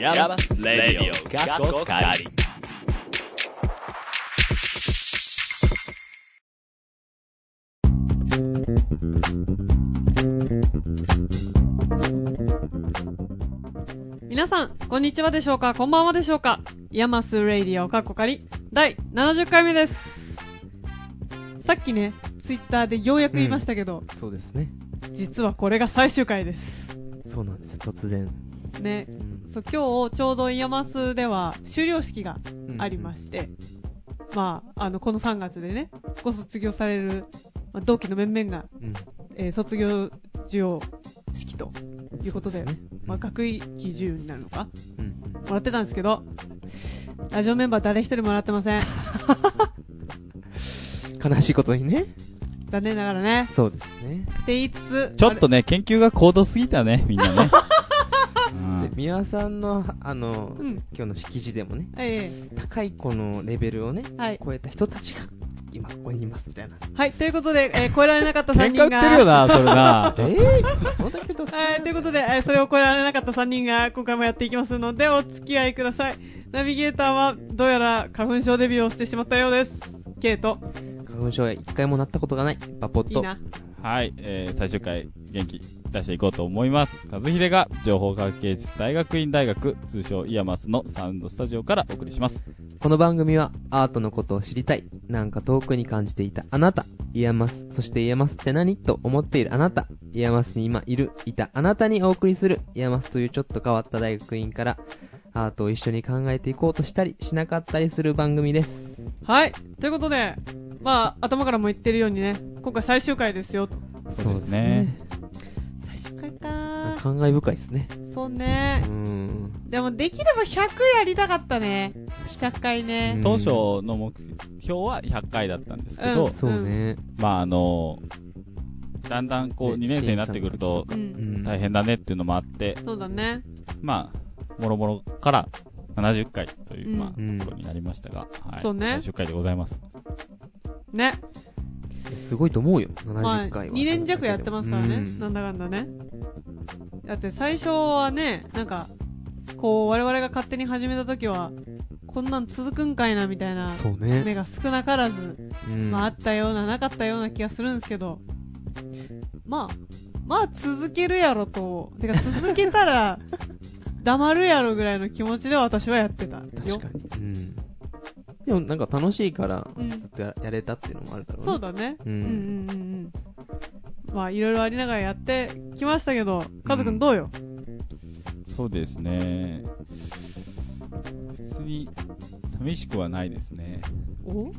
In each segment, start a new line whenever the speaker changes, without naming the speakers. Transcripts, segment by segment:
Yamas Radio Kako Kari.
皆さん、こんにちはでしょうかこんばんはでしょうかヤマスレイディオカッコカリ第70回目です。さっきね、ツイッターでようやく言いましたけど、
そうですね。
実はこれが最終回です。
そうなんです。突然。
ね
う。ん
そう、今日ちょうどヤマスでは終了式がありま
し
して、まあ、あの、この3月でね、ご卒業される、まあ同期の面々が、
た。うん。
えー卒業授業式ということで、
そうすね
まあ、学位期授与になるのか
うんうん
もらってたんですけど、ラジオメンバー誰一人もらって ません。
悲しいことにね。
残念ながらね。
そうですね。
って言いつつ、
ちょっとね、研究が高度すぎたね、みんな ね。
で、宮さんの、あの、
うん
今日の式辞でもね、
あれ、え
高い子のレベルをね、
えはい。
超えた人たちが、今ここにいますみたいな。
はい、ということで、えー超えられなかった3
喧
人
嘩売っ
が。
てるよな、それな。
えぇ、そうだけど。
はい、ということで、えーそれを超えられなかった3人が今回もやっていきますので、お付き合いください。ナビゲーターは、どうやら花粉症デビューをしてしまったようです。ケイト、
花粉症は一回もなったことがない、バポッ
いい
ト。
な。
はい、えー、最終回、元気出していこうと思います。和秀が、情報科学芸術大学院大学、通称イヤマスのサウンドスタジオからお送りします。
この番組はアートのことを知りたい、なんか遠くに感じていたあなた、イヤマス、そしてイヤマスって何と思っているあなた、イヤマスに今いる、いたあなたにお送りする、イヤマスというちょっと変わった大学院から、アートを一緒に考えていこうとしたり、しなかったりする番組です。
はい、ということで、まあ、頭からも言ってるようにね、今回最終回ですよ。
そうですね
最終
そうで
回
すね。
か
感慨深いですね。
そう
う
ね
ー。ん。
でも、できれば100やりたかったね。100回ね。
うん
当初の目標は100回だったんですけ
う
ど
ん、
そうね。
まあ、あのだんだんこう、2年生になってくると
う、、
うんん
大。変だねっていうのもあって、
そうだね。
まあ、もろもろから70回という、
うん
まあ、
うん
ところになりましたが、はい。
そうね
最終回でございます。
ね。
すごいと思うよ、
まあ、
70回は。
2年弱やってますからね。
うん
なんだかんだね。だって最初はね、なんか、こう、我々が勝手に始めた時は、こんなん続くんかいな、みたいな、
そう
目
ね。
が少なからず、
うん
まあ、あったような、なかったような気がするんですけど、まあ、まあ、続けるやろと、てか、続けたら、黙るやろぐらいの気持ちで私はやってたよ。
確かに。うん。でもなんか楽しいから、
うん
ずっとややれたっていうのもあるだろうね。
そうだね。う
うんん
うんうんうん。まあ、いろいろありながらやってきましたけど、カズくんどうよ、
そうですね。別に、寂しくはないですね。
お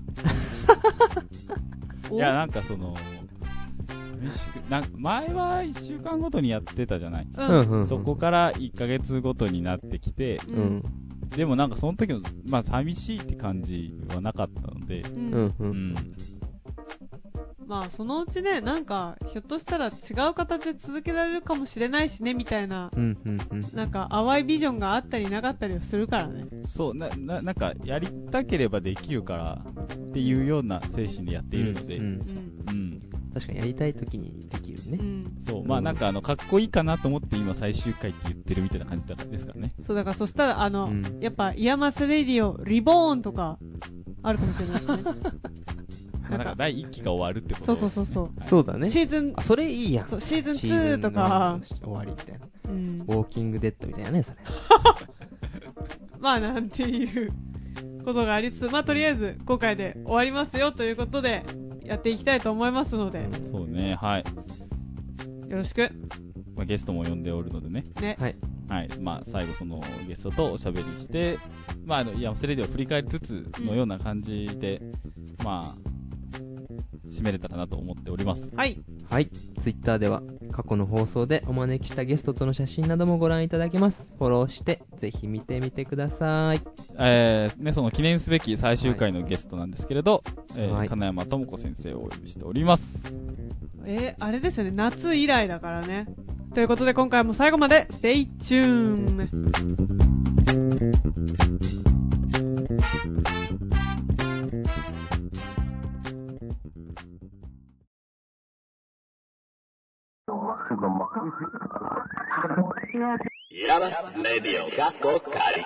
お
いや、なんかその、寂しく、なん前は1週間ごとにやってたじゃない。
うん。うん。
ん
そこから1ヶ月ごとになってきて、
う
うんん。
でもなんかその時の、まあ寂しいって感じはなかったので、
う
う
んん。う。
うんん。
まあ、そのうちね、なんか、ひょっとしたら違う形で続けられるかもしれないしね、みたいな、
うん。うん。
なんか、淡いビジョンがあったりなかったりをするからね。
そう、な、な、なんかやりたければできるからっていうような精神でやっているので、
う
うんん。
うん
確かにやりたい時にできる
う
ね。
ん。
そう、まあなんかあの、かっこいいかなと思って今最終回って言ってるみたいな感じだからですからね。
そう、だから、そしたら、あの、
うん
やっぱ、イヤマスレディオ、リボーンとか、あるかもしれないですね。
まあなんか第1期が終わるってこと
そうそうそうそう。
はい
そうだね。
シーズン
あ、それいいやん。
そう、シーズン
シーズ
2
ン
とか
の、終わりみたいな。
うん
ウォーキングデッドみたいなね、それ。
まあなんていうことがありつつ、まあとりあえず今回で終わりますよということで、やっていきたいと思いますので、
そうね、はい。
よろしく。
まあ、ゲストも呼んでおるのでね。
ね。
はい。
はい。まあ、最後そのゲストとおしゃべりして、まあ、あの、いや、それでは振り返りつつのような感じで、まあ、締めれたらなと思っております。
はい。
はい。ツイッターでは、過去の放送でお招きしたゲストとの写真などもご覧いただけます。フォローして、ぜひ見てみてください。
えー、ね、その記念すべき最終回のゲストなんですけれど、えー
はい
金山智子先生をお呼びしております。
えーあれですよね、夏以来だからね。ということで今回も最後まで、ステイチューン
よヤマスレディオ過去回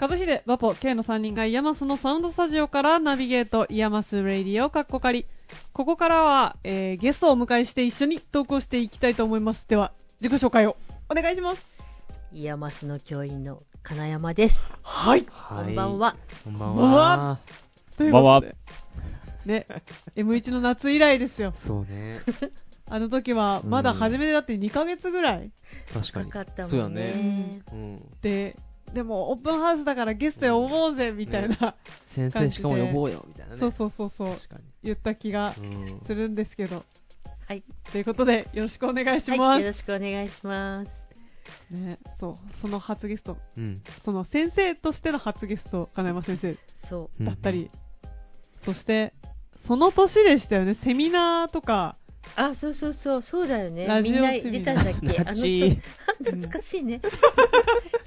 和秀、バポ、K の3人がイヤマスのサウンドスタジオからナビゲート、イヤマスレイディオ、カッコカリ。ここからは、えーゲストをお迎えして一緒に投稿していきたいと思います。では、自己紹介をお願いします。
イヤマスの教員の金山です。
はい。
は
こんばん。は。
こんばん
こんばん
は
は。ということで。ね、M1 の夏以来ですよ。
そうね。
あの時は、まだ初めてだって2ヶ月ぐらい。
確か
か
に。
かった
そう
も
だ
ん
ね。
ね。
うん。
で、でもオープンハウスだからゲスト呼ぼうぜ、みたいな。
先生しかも呼ぼうよ、みたいなね。
そうそうそうそう、
確かに。
言った気が
うん。
するんですけど。
はい。
ということで、よろしくお願いしま
はい。
す
よ。ろしくお願いします。
ね、そう、その初ゲスト、
うん。
その先生としての初ゲスト、金山先生
そ
うん
だったり、。そして、その年でしたよね、セミナーとか、
う。あ、そうそうそう、そうだよね
ラ。ジ
み
オ
んな
セミ
出
ナー
たんだっけ
懐
あの
かしい
時。 懐かしい ね。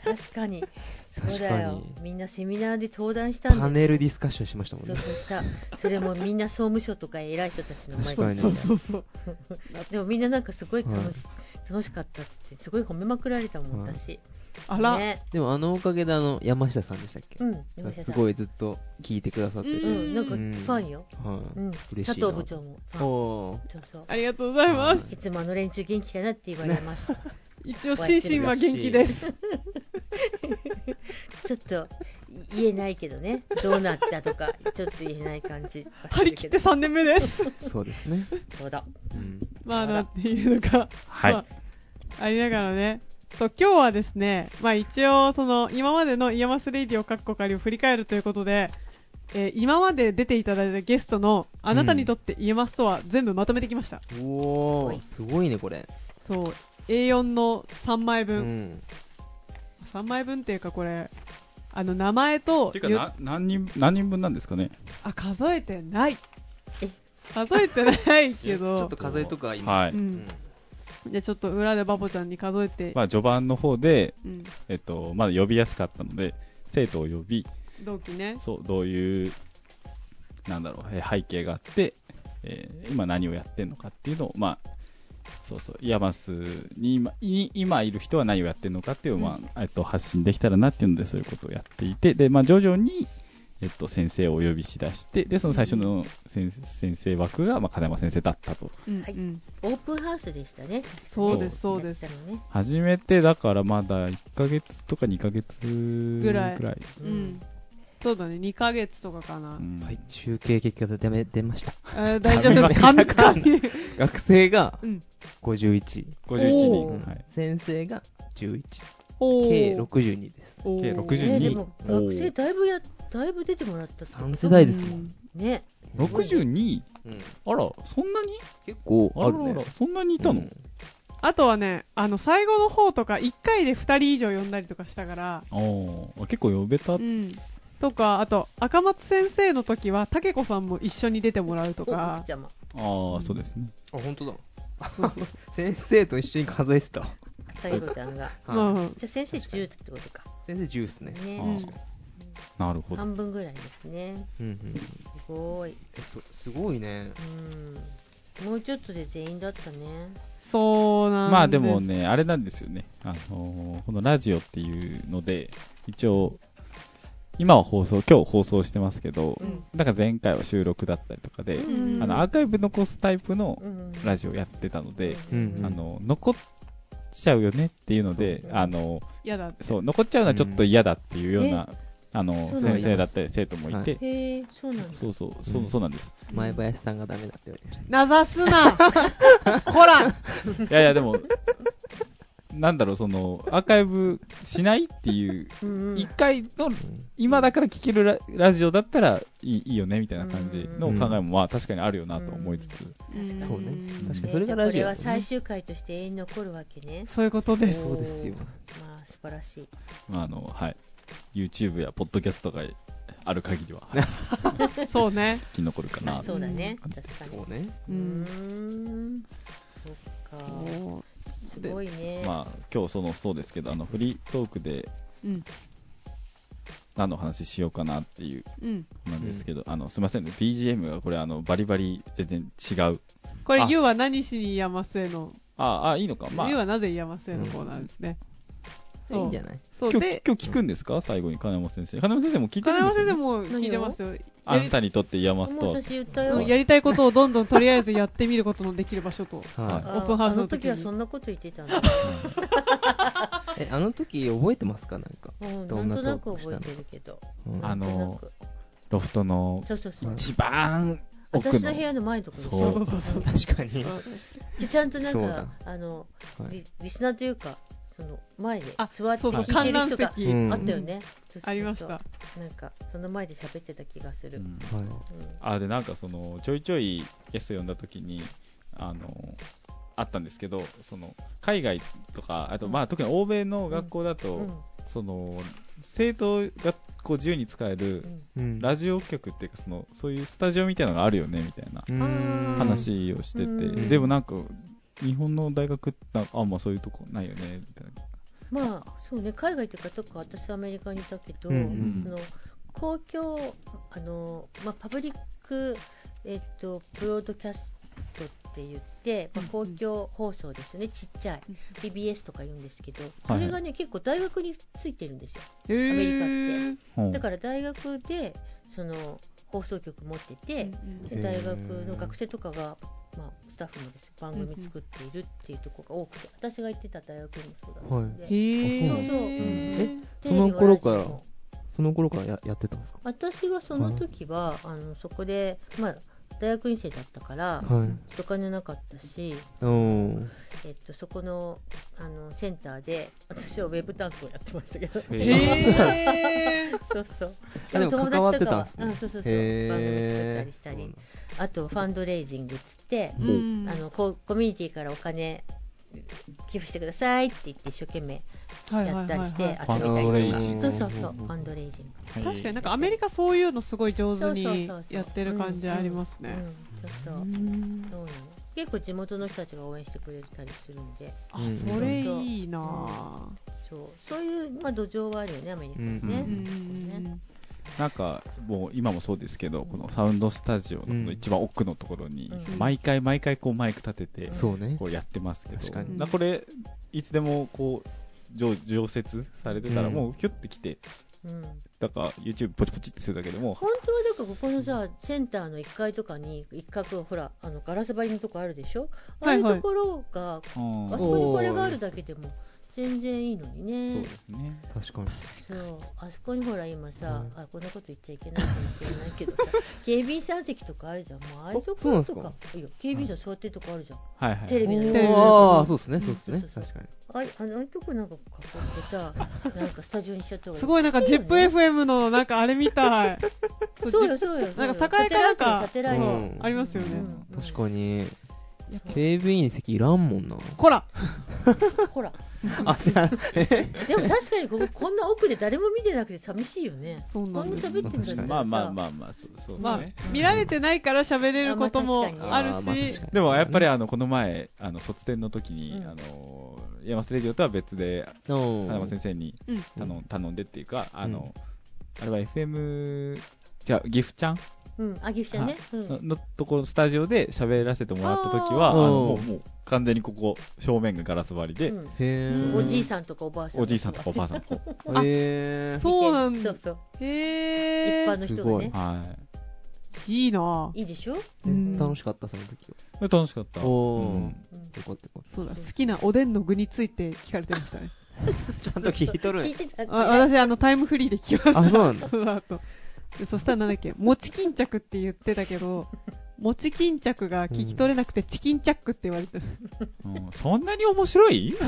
確かに。そう
確
だ
か
よ
に。。
みんなセミナーで登壇したんだ
パネルディスカッションしましたもん
そう
ね。
そうした。それもみんな総務省とか偉い人たちの前
確か
で。
に。
そうそう、
でもみんななんかすごい楽し,、楽しかったっつって、すごい褒めまくられたもん、
はい
私。
あら、
ね、
でもあのおかげであの、山下さんでしたっけ
うん、山下
す
さん。
ごいずっと聞いてくださって
う
て。
ん、なんかファンよ。
はい。
うん、
嬉
佐
しいな
藤部長もファン。
おー
そうそう。
ありがとうございます。
いつもあの連中元気かなって言われます。
一応、心身は元気です。
ちょっと言えないけどね、どうなったとか、ちょっと言えない感じはす
張
る
り切
け
って
ど。
3年目です。
そうですね。
そうだ。
うん。
まあ、
あら
なんていうのか、
はい
まあ、ありながらね、そう、今日はですね、まあ一応、その、今までのイヤマスレイディオカッコカリを振り返るということで、えー今まで出ていただいたゲストの、あなたにとってイヤマスとは全部まとめてきました。
お
は
ー、
い
すごいね、これ。
そう A4 の3枚
う
分、
ん。
3枚分っていうかこれあの名前と
ていうか
ゆ
な、何人、何人分なんですかね
あ数えてない
え
数えてないけ
いやちょ
ど
っと数えとくわ、今。
は
う
い。
ん、じゃあちょっと裏でバボちゃんに数えて、
まあ、序盤の方で、
うん、
えっと、まだ呼びやすかったので、生徒を呼び、
同期ね
そう、どういう、なんだろう、えー背景があって、えー今何をやってんのかっていうのを、まあ、そうそう、イヤマスに今に今いる人は何をやってんのかっていうのを、まあえっと、発信できたらなっていうので、そういうことをやっていて、で、まあ、徐々に、えっと、先生をお呼びしだして、で、その最初の先先生枠が、まあ、金山先生だったと。
うん、
はい
うん、
オープンハウスでしたね。
そうですそうです
やったのね。
初めて、だからまだ1ヶ月とか2ヶ月ぐ
らい
ぐらい。
うん、そうだね2ヶ月とかかな、
うん
はい、中継結果でめ出ました。
えー大丈夫で
噛
す神
みま
々
学生が
うん
51、
51
お
人。
ー
はい。
先生が11、
おー
計62です。
おー
計
え
62
ーでも
おー
学生だいぶや、だいぶ出てもらったってこと
3世代ですも。
うんん
ね。
62?
うん
あら、そんなに
結構
あら
ある
あ
ね
ら、。そんなにいたの、
うん
あとはねあの最後の方とか1回で2人以上呼んだりとかしたから
ああ、結構呼べた。
うん、とかあと赤松先生の時は竹子さんも一緒に出てもらうと
お、奥
か
ちゃま。
ああ、そうですね。
あ、本当だ。 先生と一緒に数えてた。は
最後ちゃんが。
い
うん
じゃあ先生10ってことか。
先生10ですね。
ね。
あーなるほど。
半分ぐらいですね。
うんうん。
すごい。
えそすごいね。
うん。もうちょっとで全員だったね。
そうなんです
まあでもね、あれなんですよね。あのーこのラジオっていうので、一応、今は放送、今日放送してますけど
う、ん。
なんか前回は収録だったりとかで、
うん
あの、アーカイブ残すタイプの
うん
ラジオやってたので、
うんうん
あの、残っちゃうよねっていうので
そ、う
あの、
やだ
そう、残っちゃうのはちょっと嫌だっていうような、あの、
そうなんだ
先生だったり生徒もいて、
へえ、そうなんだ。
そうそう、そうそうなんです。
前林さんがダメだって言われてる。
なざ すなほら
いやいや、でも、なんだろう、その、アーカイブしないっていう、
うんうん
一、回の、今だから聞けるララジオだったらいいいいよね、みたいな感じの考えも、まあ確かにあるよなと思いつつ、
確か
そうね
ん。
確かに
え
それ
じゃ
がラ
あこ
ジ
れ
オだもんね。
は最終回として永遠に残るわけね。
そういうことです
そうですよ。
まあ、素晴らしい。
まああの、はい。YouTube やポッドキャストがある限りは、
そうね
生き残るか
ま
な
あ、。そうだね。
うん
確かに。
そうね。
う
う
ー
ん
ん。そっか。
そ
すごいね。
まあ今日その、そうですけど、あの、フリートークで
ううん
何の話しようかなっていう、
うん
なんですけど、あの、すいませんね、BGM がこれ、あの、バリバリ全然違う。
これ
あ
「ゆ」は何しに山瀬の
ああ、いいのか。
「
まあ
ゆ」、はなぜ山瀬のコーナーですね
いいんじゃない
そう
今日
で、
今日聞くんですか最後に金山先生。金山先生も聞いてる
金
んで
山
すよ
先生
ね
も聞いてますよ。
あ
や
な
り
たにとってイヤマス
もう
と。
私言った
た
よ
よ
やりたいことをどんどんとりあえずやってみることのできる場所と。
は
は
あ
オープンハウスの時に
あの時はそんなこと言ってたんだ、
い。え、あの時覚えてますかなんか。
うん、
ど
なんん
な
となく
トークしたの
覚えてるけど
うん
あ
なん
の
とな、く
ロフトの
そうそうそう
一番奥の。
私の部屋の前のところでしょ
そう
確かに。
でちゃんとなん
そう
か
だ
あの
はい
リリスナーというかその前に
あ、
座って
そうそう、
聞い
観
てる
覧
人が
席。
うん
あったよね、そうそうそう
ありました。
なんかその前で喋ってた気がす
う
る、うん
ん
はい
あでなんかそのちょいちょいゲスト呼んだ時にあのあったんですけどその海外とかあと、
うん
まあ特に欧米の学校だと、
うん
その生徒がこう自由に使える
う
うん
ん
ラジオ局っていうかそのそういうスタジオみたいなのがあるよねみたいな
うーん
話をしてて、
うん
でもなんか日本の大学ってなんかあんまそういうとこないよねみたいな
まあそうね海外というかとか私アメリカにいたけど、
うん
うん
その公共あの、まあ、パブリック、えっと、ブロードキャストって言って、まあ、公共放送ですよねちっちゃい PBS とか言うんですけどそれがね結構大学についてるんですよ
アメ。
メリカって
うん
だから大学でその放送局持ってて、
うん
へー
で大学の学生とかが、まあ、スタッフのです番組作っているっていうところが多くて、私が行ってた大学にもそうだったので、
へー。
そうそう
え
テレビ
その頃から
もラジオも
その頃からややってたんですか
私はその時は、あのそこで、まあ、大学院生だったから、ちょ
はい。
っとお金なかったし、
おー。
えっと、そこのあのセンターで私はウェブ担当やってましたけど、
へ
へー。
そうそう
あでも関わってたんです
う
ね
ん、。そうそうそう番組作った
へ
りしたり
ー。
あとファンドレイジングっつって、
う
うん
あのこうコミュニティからお金寄付してくださいって言って一生懸命やったりして
はいはいはいはい
集めたりと
フ
か、
ァンドレイジン
グ
そうそうそうファンドレイジン
確
グ
かになんかアメリカそういうのすごい上手にやってる感じあります
うん
ね。
そうそうそうなの結構地元の人たちが応援してくれたりするんで
あ
う、ん
それいいな
そうそういう、まあ、土壌はあるよねアメリカは
うん
ね
ぁ。う、ん
なんかもう今もそうですけどこのサウンドスタジオのこの一番奥のところに
うん
毎回毎回こうマイク立てて
そうね
こ。うやってますけど
確か
に
なこれいつでもこう常常設されてたら
うん
もうひょってきて
うん
だから YouTube ポチポチってするだけでも
本当はだからここのさセンターの1階とかに一角ほらあのガラス張りのとこあるでしょああ
はいいうはい
ところが、
うん
あそこにこれがあるだけでも全然いいのにね
そうですね
確か
そうあそこにほら今さ、
う
あこんなこと言っちゃいけないかもしれないけどさ警備員さん席とかあるじゃんもうああいうところと
あそうなん
かいや警備員さん座ってるとこあるじゃん、
はいはい
テレビの
に。
テ
レビ
ああー、そうですね、そうです
うん
ね
そう。そう
確かに。
あいあのああいうとこなんか囲ってさなんかスタジオにしちゃった方が
すごいなんか ZIPFM のなんかあれみたい。
そうよそうよそうよ
なんか栄かなんか
サテライトよ
うん
ありますよ
サテライト、
ね。
うん
確かに。
やっ
警備員席いらんもんな。
こら
ほら
あ、じゃあ、 え
でも確かにこここんな奥で誰も見てなくて寂しいよね
そうな
こ
んんで
な
す。
喋ってんだったらさ
まあまあまあまあそうそうです
まあ
ね、
見られてないから喋れることもある
あまあ確かに
し
あーまあ確か、に
でもやっぱりあのこの前あの卒展の時に
うん
あの山瀬レディオとは別で
お
金山先生に
うん
頼ん頼んでっていうか、あの、あれは FM、じゃあ、ギフちゃん
うんあギフちゃんね、うん
ののところ、スタジオで喋らせてもらった時は、あ
あー
の
う
も
ん
う、もう完全にここ、正面がガラス張りで、
うん
へ
そう
ー。
おじいさんとかおばあさん
おじいさんとかおばあさん とか、
あ
へー。
そうなん
そ
だ
うそう一
へ
般
ー
の人がね
はい
いなぁ
いいでしょ、
うん
楽しかった、その時は。
い。楽しかった。うん
おー
うん
よかったよかっ
そうだ、好きなおでんの具について聞かれてましたね。
た。ちゃんと聞いとる
聞
ね
い。てたっ て
あ私、あの、タイムフリーで聞きました。
あそうなんだ
その後でそしたらなんだっけ、餅巾着って言ってたけ ど、餅巾着が聞き取れなくて、チキンチャックって言われて、
うんそんなに面白い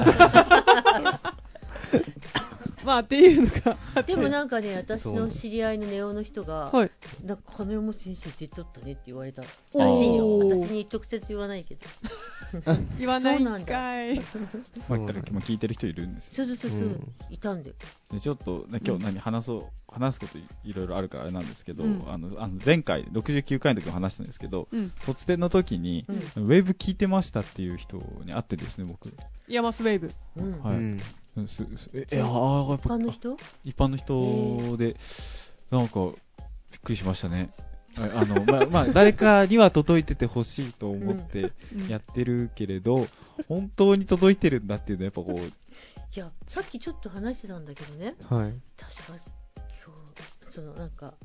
まあ、っていうのが、
でもなんかね、私の知り合いのネオの人が、
はい。
なんか金山先生出とったねって言われたら
おー
しいよ、私に直接言わないけど、
言わないんかい。
まあ、言ったらまあ聞いてる人いるんですよ。
そうそうそうそう、
うん
いたんだよ、
でちょっと、ね、今日何話そう、話すこといいろいろあるからあれなんですけど、
うん
あのあの前回、69回の時も話したんですけど、
うん。
卒展の時に、
うん
ウェブ聞いてましたっていう人に会ってですね、僕。
イヤマスウェーブ。
うん
はい
うん
うんすすえいやーやっ
一
ぱ
般の人
一般の人で、なんかびっくりしましたねああの、まあ、まあ、誰かには届いててほしいと思って
うん
やってるけれど、本当に届いてるんだっていうのはやっぱこう、
いやさっきちょっと話してたんだけどね
はい。
確か今日そのなんか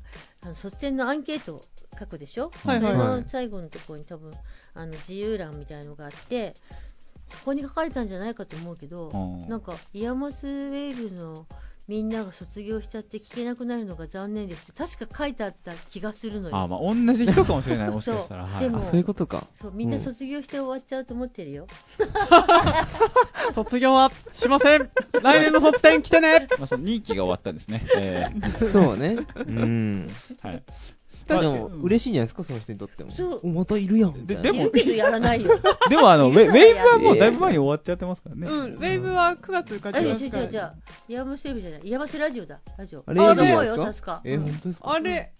あの卒戦のアンケートを書くでしょ、
はい
はい
それ
はい
の最後のところに多分あの自由欄みたいのがあってそこに書かれたんじゃないかと思うけど、
うん
なんかイヤマスウェーブのみんなが卒業しちゃって聞けなくなるのが残念ですって確か書いてあった気がするのよ。
あ、まあ、同じ人かもしれない、もしかしたら。
そう
はい
で
あ、
も
そういうことか。
そうみんな卒業して終わっちゃうと思ってるよ。
卒業はしま せん来年の卒展来てね
まあ、その任期が終わったん ですね。え
そう ね。うん。
ーはい。
で
まあ
も、嬉しいんじゃないですか、その人にとっても。
そう
おまたいるやん。みたいな
で
い
も
るけどやらないよ。
でもあの、ウェウェーブはもうだいぶ前に終わっちゃってますからね。
うんウェーブは9月か
あ、
10
違う
月
違う
か
違う。イヤマスウェーブじゃない。イヤマスラジオだ。ラジオ。
あれ、いいんじゃ
そ
な
う
い
よ、
で
確
す
か
か。。え、本当ですか
あれ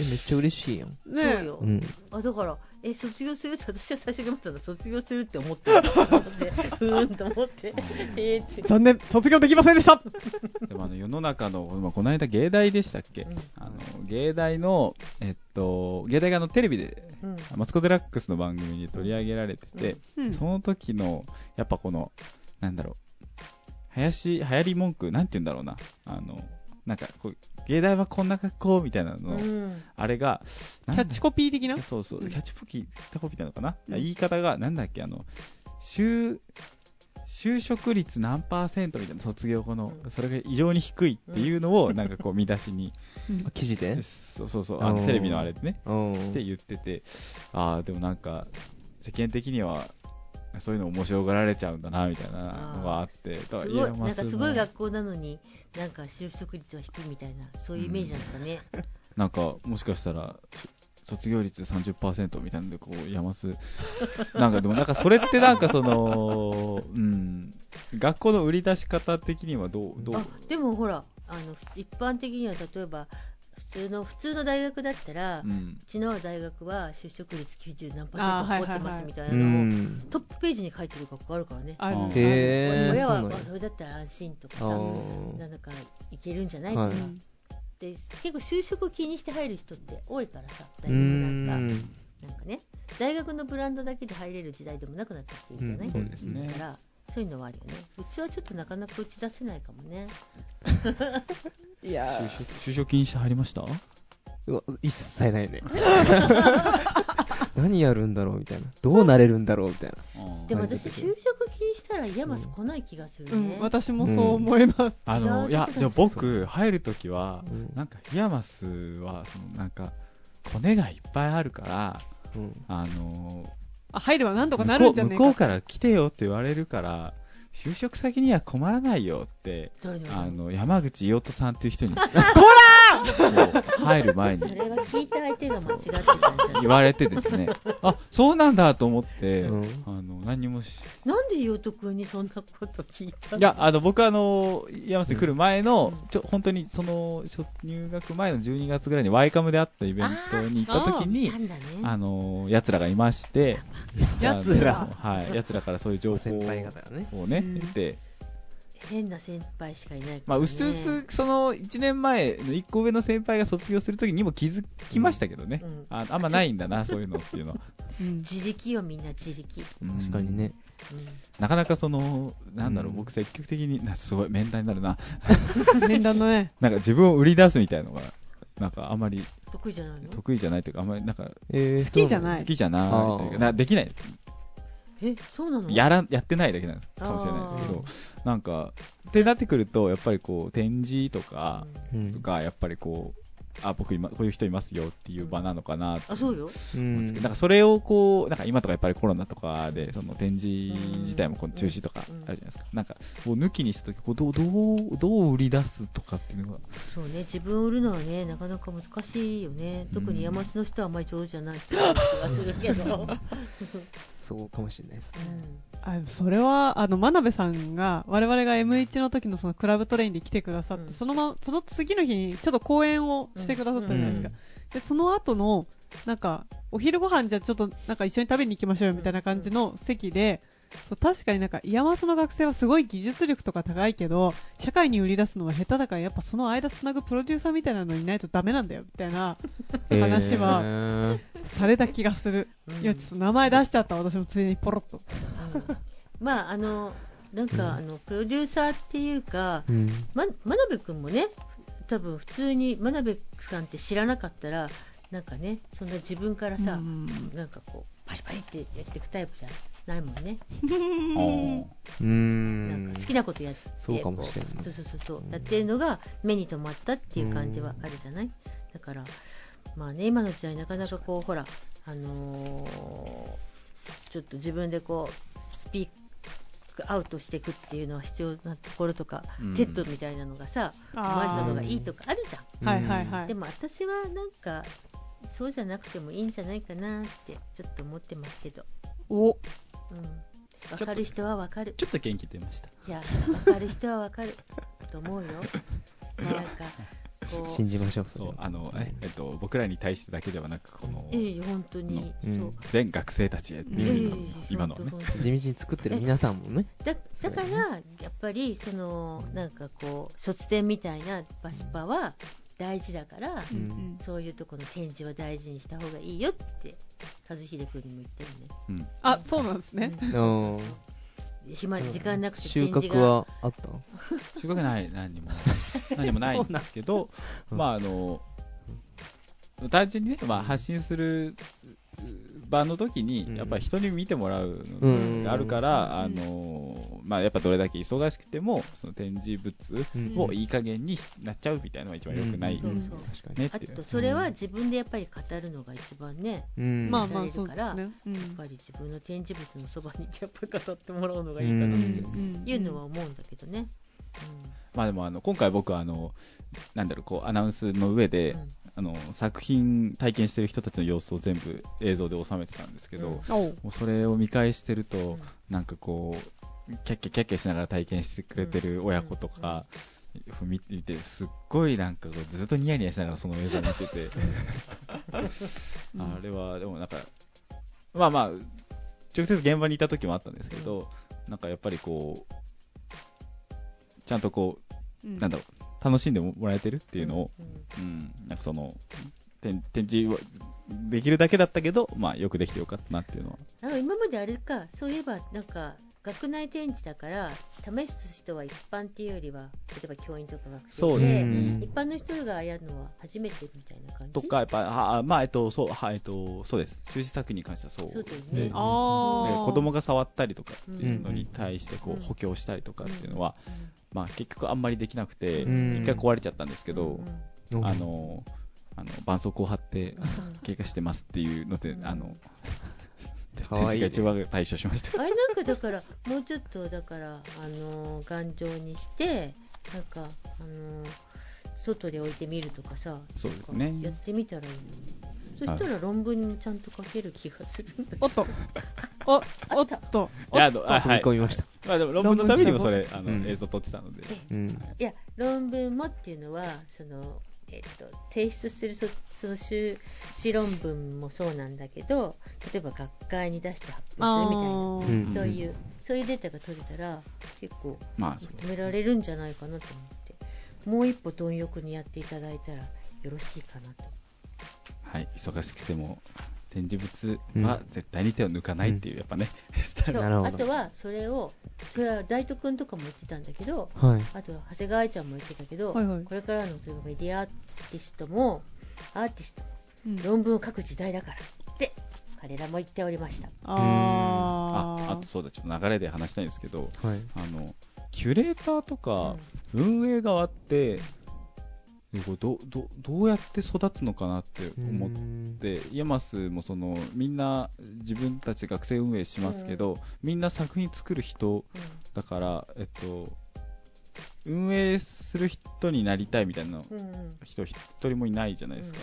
えめっちゃ嬉しいやん。
ね
そう
え
よ
う。ん。
あだから、え、卒業するって私は最初に思ったの、卒業するって思ったのと思って、ふーんと思って、えーって。
残念卒業できませんでした
でもあの世の中の、まあ、この間芸大でしたっけ、
うん
あの芸大の、えっと、芸大があのテレビで、
うん。
マツコ・デラックスの番組に取り上げられてて、
うん
その時の、やっぱこの、なんだろう、林、流行り文句、なんて言うんだろうな、あの、なんかこう、芸大はこんな格好みたいな
う
の、
ん。
あれが、キ
キャッチコピー的な
そうそう、
うん
キャッチコピー、キャッチコピーなのかな、
うん
言い方が、なんだっけ、あの、就、就職率何パーセントみたいな卒業後の、
うん
それが異常に低いっていうのを、なんかこう見出し に、
あ記事で
そうそうそう、あ
お
の
ー
テレビのあれでね、
うん。
して言ってて、ああ、でもなんか、世間的には、そういうの面白がられちゃうんだな、みたいなのがあって、
す
だ
ご
から
い、
家康も
なんかすごい学校なのに、なんか就職率は低いみたいな、そういうイメージなんだね。
なんか、もしかしたら、卒業率30%みたいなので、こう、やます。なんか、でも、なんか、それってなんか、その、うん、学校の売り出し方的にはどう、どう
あ、でもほら、あの、一般的には例えば、普通の、普通の大学だったら、
う。
うんちの大学は就職率90何パ
あ
ー
は
セ
いは
ント
いはい
持ってますみたいうなのを、
ん。
トップページに書いてる学校あるからね。
ある
うん
え
へー
親は
そうなんや
それだったら安心とか
あ
さ、
ー
なんだかいけるんじゃない
は
か
い
って、結構就職を気にして入る人って多いからさ、
う
大
ー
学なん
ん。
か、なんかね、大学のブランドだけで入れる時代でもなくなってきてるじゃない、
うん
そ
そうう
で
ですす
ね
だか。ら、そういうのはあるよね。うちはちょっとなかなか打ち出せないかもね。
いや
就職、就職禁止入りました
うわ一切ないね。何やるんだろうみたいな。どうなれるんだろうみたいな。
でも
はい
私、就職気にしたらイヤマス来ない気がする
う
ね
ん。私もそう思います
あの、いや、でも僕、入るときは
う、ん
なんか、ヤマスは、その、なんか、コネがいっぱいあるから、
うん
あの、
あ入ればなんとか
向
なる
こ
ん
う
じゃね
向
え
こう
か
から来てよって言われるから、就職先には困らないよって、
誰にも
あの山口伊代さんという人 に、こらこう入る前
そ
に
れは聞いた相手が間違ってたんじゃない
言われてです ね、あそうなんだと思って、
うん
あの何もし、
なんで伊代君にそんなこと聞いたの
いや、あの僕はあの、山瀬来る前の、
うん
ちょ本当にその初入学前の12月ぐらいに、ワイカムであったイベントに行った時に
な、んだね。
あの奴らがいまして、
奴ら
あのはい、奴らからそういう情報
先輩方がね。
をね、
うん
得て。
変な先輩しかいないから、ね、
まあ、うすうす、その、1年前の1個上の先輩が卒業するときにも気づきましたけどね。
うん
ああんまないんだ な、そういうのっていうのは。
うん
自力よみんな自力、
確
確かにね。。
なかなかその、なんだろう、
うん
僕積極的に、なすごい面談になるな。
面談のね
なんか自分を売り出すみたいのが、なんかあんまり
得意じゃないの
得意じゃないというか、あんまりなんか
えー
好きじゃない
好きじゃないという
あ
か、
ー
なできない。
えそうなの
やらん、やってないだけなんですかもしれないですけど、なんか、ってなってくると、やっぱりこう、展示とか、
そうなん
と
だ
か、やっぱりこう、あ、僕今、こういう人いますよっていう場なのかなって
あそうよ
う
思うん
ん
ですけどなんかそれをこう、なんか今とかやっぱりコロナとかで、その展示自体もこ
う
うん中止とか
うん
あるじゃないですか。なんか、こう抜きにしたとき、こうどう、どう、どう売り出すとかっていうのが、
そうね自分を売るのはねなかなか難しいよね特に山市の人はあんまり上手じゃないっていう気がするけど、
そうかもしれないですね。
あそれはあの真鍋さんが我々が M1 の時のそのクラブトレインで来てくださって、
うん
そのまその次の日にちょっと講演をしてくださったじゃないですか、
うん
でその後のなんかお昼ご飯じゃあちょっとなんか一緒に食べに行きましょうよみたいな感じの席で、そう確かになんか、イヤマスの学生はすごい技術力とか高いけど、社会に売り出すのは下手だから、やっぱその間つなぐプロデューサーみたいなのいないとダメなんだよ、みたいな話は
は
された気がする。
うん
いや、ちょっと名前出しちゃった、私もついでにポロッと。
うんまああのなんか、あのプロデューサーっていうか、
うん
ま、真鍋君もね多分普通に真鍋さんって知らなかったらなんかねそんな自分からさ、
うん
なんかこうパリパリってやっていくタイプじゃないもんね、
お
うー
なん
ん
か好きなことやって
そうかもしれない
こうそうそうそうそうやってるのが目に留まったっていう感じはあるじゃない、だからまあね今の時代なかなかこうほらあのーちょっと自分でこうスピークアウトしていくっていうのは必要なところとか、
うん
テッドみたいなのがさ生
あー
まれたのがいいとかあるじゃん
はいはいは
う
い。
でも私はなんかそうじゃなくてもいいんじゃないかなってちょっと思ってますけど、
お、
うん、分かる人は分かる
ちょっと元気出ました。
いや分かる人は分かると思うよなんかこう
信じましょう
そう、
れ
あの、ええっと、僕らに対してだけではなく、この、
ええ本当に、
うん
そう
全学生たちへって
え
いう、
え
今のはね
本当本当
地道に作ってる皆さんもね
だだからやっぱりそのなんかこう卒展みたいな場場は大事だから、
うん
そういうとこの展示は大事にした方がいいよって和秀君にも言ってるね
うん
あ、そうなんですね。
うん
うん
暇時間なくて
収
展示
穫
が
はあった
収穫ない、何に も、何もないんですけど、
うん
まあ、あの、単純にね、まあ、発信するう場の時
うん
に、やっぱり人に見てもらう
う
の
ん
があるから、
うん
あの、まあ、やっぱどれだけ忙しくても、その展示物
うん
をいい加減になっちゃうみたいなのが一番良くない
そう
うん
そう
確かに
ね
あ
っていう
と。それは自分でやっぱり語るのが一番ね、
うん
まあまあ、そうですね。う
やっ
ん
ぱり自分の展示物のそばにいてやっぱり語ってもらうのがいいか
う
なっ
ん
ていうのは思うんだけどね。
まあでもあの今回僕はあのなんだろうこうアナウンスの上
うん
で、
うん
あの作品体験してる人たちの様子を全部映像で収めてたんですけど、
うん
も
おう
うそれを見返してると、
ん
なんかこうキャッキャキャッキャしながら体験してくれてる親子とか、見て見てすっごいなんかこうずっとニヤニヤしながらその映像見てて、
うん
あれはでもなんかまあまあ直接現場にいた時もあったんですけど、なんかやっぱりこうちゃんとこう
うん
なんだろう、楽しんでもらえてるっていうのを、
うん
うん、なんかその、展展示はできるだけだったけど、まあ、よくできてよかったなっていうのは。
あ今まであれか、そういえばなんか学内展示だから試す人は一般っていうよりは例えば教員とか学
そ
生
う
で、
ですね。
一般の人がやるのは初めてみたいな感じ
とか、やっぱ、あまあ、えっと、そう、はい、えっと、そうです。修士作品に関してはそう
そう
で。
だよ
で
ね。
あー
子供が触ったりとかっていうの
うん
に対してこ
うん
う補強したりとかっていうのは、まあ、結局あんまりできなくて、
うん
一回壊れちゃったんですけ
う
ど
んうん、
あの、あの絆創膏を貼って
うん
経過してますっていうので
う、ん
あの、
かわいい
展
ね
示が一番対処しました。
あれなんかだからもうちょっとだからあのー頑丈にしてなんかあのー外で置いてみるとかさ
そうですね
なんかやってみたらいいのにそしたら論文にもちゃんと書ける気がするんだ
おっ と。お、おっと。
いやあのあ
踏
は
み
い
込みました
まあでも論文のためにもそれ、あ
う
の
ん
映像撮ってたので。
うん
いや論文もっていうのはその、えっと、提出するそその修士論文もそうなんだけど例えば学会に出して発表するみ
あー
たいな
うん
そういう、そういうデータが取れたら結構
まあ、そう
認められるんじゃないかなと思ってもう一歩貪欲にやっていただいたらよろしいかなと
はい、忙しくても展示物は絶対に手を抜かないっていう、やっぱね、スタイ
そ
ル
う
なるほど
あとはそれをそれは大斗くんとかも言ってたんだけど
はい
あとは長谷川愛ちゃんも言ってたけど、
はいはい
これからのそのメディアアーティストもアーティストも
うん
論文を書く時代だからって彼らも言っておりました
あ
あー
あとそうだ、ちょっと流れで話したいんですけど、
はい
あのキュレーターとか運営側って、こうどどどうやって育つのかなって思って。イヤマスもそのみんな自分たち学生運営しますけど、みんな作品作る人
うん
だから、えっと、運営する人になりたいみたいな
うんうん
人一人もいないじゃないですか、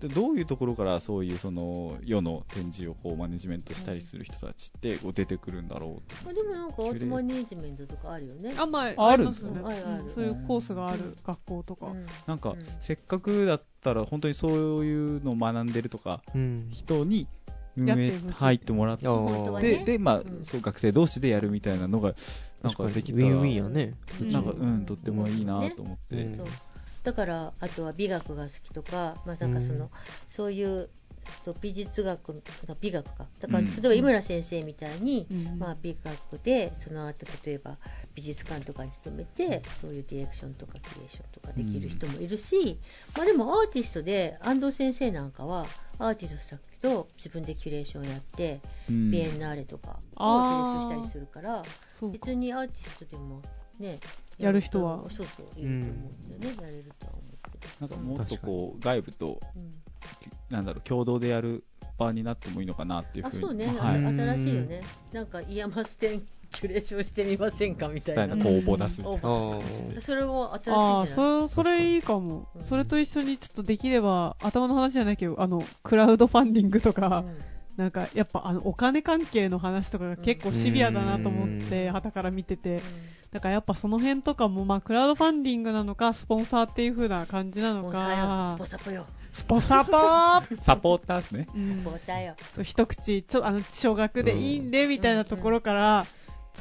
でどういうところからそういうその世の展示をこうマネジメントしたりする人たちってこう出てくるんだろう、
まあでもなんかアートマネージメントとかあるよね
あんまり
あ
ありますよね
あるんですね
うんそういうコースがある学校とか、
うん
なんか、
うん
せっかくだったら本当にそういうのを学んでるとか
うん
人に
やっ
運
て
営
ほしい
入ってもらっ
あー
本当は
て、
ね
で、まあ、
うん
そう学生同士でやるみたいなのが、なんか
確
で
に
き
ウ
たら
ィンウィンやね。
うん
なんか、うん、とってもいいなと思っ
う
て、
ん
そうだからあとは美学が好きとか,、まあ、なんかその
うん
そういうそう美術学美学かだから、
うん
例えば井村先生みたいに、
うん
まあ、美学でその後例えば美術館とかに勤めてそういうディレクションとかクリエーションとかできる人もいるし、まあ、でもアーティストで安藤先生なんかはアーティストだけど自分でキュレーションやって、
うん
ビエンナーレとかをディレクションしたりするから
そうか
別にアーティストでもね
やる人は
そうそういると思うんだよね、やれるとは思うけど
なんかもっとこう、外部と、
うん
なんだろう、共同でやる場になってもいいのかなっていう
あ
ふうに、
そうね、
まあは
あ
い、
の新しいよねなんかイヤマス展キュレーションしてみませんかみた
みた
い
い
な
な公募出すみたい
応
な。
募それも新しいじゃない
ああーそそれいいかも、
うん
それと一緒にちょっとできれば頭の話じゃないけどあのクラウドファンディングとか、
うん
なんかやっぱあのお金関係の話とかが結構シビアだなと思って、
うん
旗から見ててだからやっぱその辺とかも、まあ、クラウドファンディングなのかスポンサーっていう風な感じな
も
の
うさ
か
スポサポよ
スポサポー、
サポーターですね。
うん
ボタよ
そう一口ちょあの少額でいいんでみたいなところから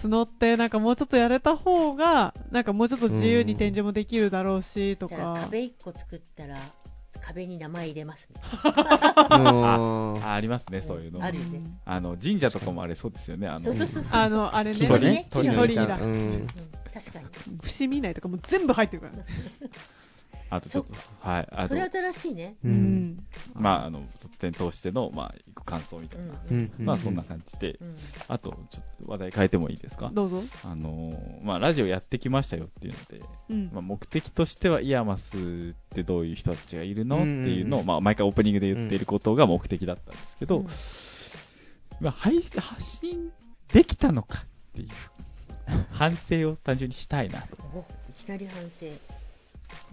募ってなんかもうちょっとやれた方がなんかもうちょっと自由に展示もできるだろうし
そ
と
したら
か、
壁一個作ったら壁に名前入れますね
もう
あありますね、そういうの。
あるよね
あの神社とかもあれそうですよね、あ
そ
の
うそうそうそう
あのあれ
木
ね
のね
木
木の
の
ね
鳥だ
うん
うん確かに
伏見稲荷とかもう全部入ってるからね
あとちょっと、はい、あ
そ
と
れ、新しいね
う
うんん
まあ、あの卒点通しての、まあ、一個感想みたいな、
うん
まあそんな感じで、
うん
あと、ちょっと話題変えてもいいですか、
どうぞ、
あのーまあ、ラジオやってきましたよっていうので、
うん
まあ、目的としては、イヤマスってどういう人たちがいるのっ
う
て
ん
いうのを、まあ、毎回オープニングで言っていることが目的だったんですけど、
うん
まあ、配発信できたのかっていう反省を単純にしたいなと。
おいきなり反省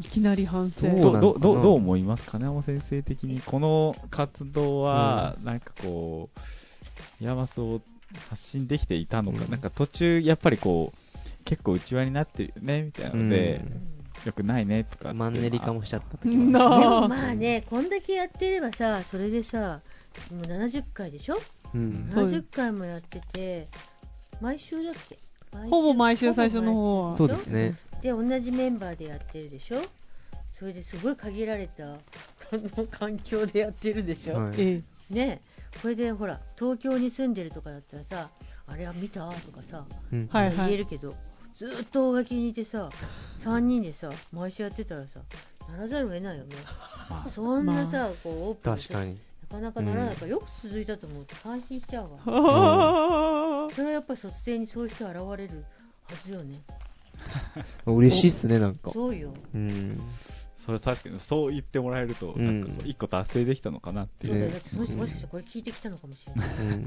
いきなり反省
どう
ど
な
う
の
どう
かな
どうどう思いますかね、金山先生的に、この活動は、なんかこう、ヤマスを発信できていたのか、
うん
なんか途中、やっぱりこう、結構内輪になってるよねみたいなので、
うん
よくないねとかって、
マンネリ化もしちゃった時も
な
でも
あ
まあねこんだけやってればさそれでさもう70回でしょ
うん
そう
70回もやってて毎週だっけ毎週
ほぼ毎週最初の方は
ほ
そ
ぼ
う
毎
で
週
すね。
で同じメンバーでやってるでしょそれですごい限られた この環境でやってるでしょ、
はい
ええ
ねえこれでほら東京に住んでるとかだったらさあれは見たとかさ、
うん
はいはい
言えるけどずーっと大垣にいてさ3人でさ毎週やってたらさならざるを得ないよね
まあ
そんなさ、こうオープンに
確かに。
なかなかならないから、よく続いたと思うと感心しちゃうわそれはやっぱり卒生にそういう人現れるはずよね
嬉しいっすね、なんか。
そうよ
うん。
それ確かに、そう言ってもらえると、
う
なんんかこう一個達成できたのかなって
そ
いう
だ
う、
よだってその人もしかしたらこれ聞いてきたのかもしれない
うん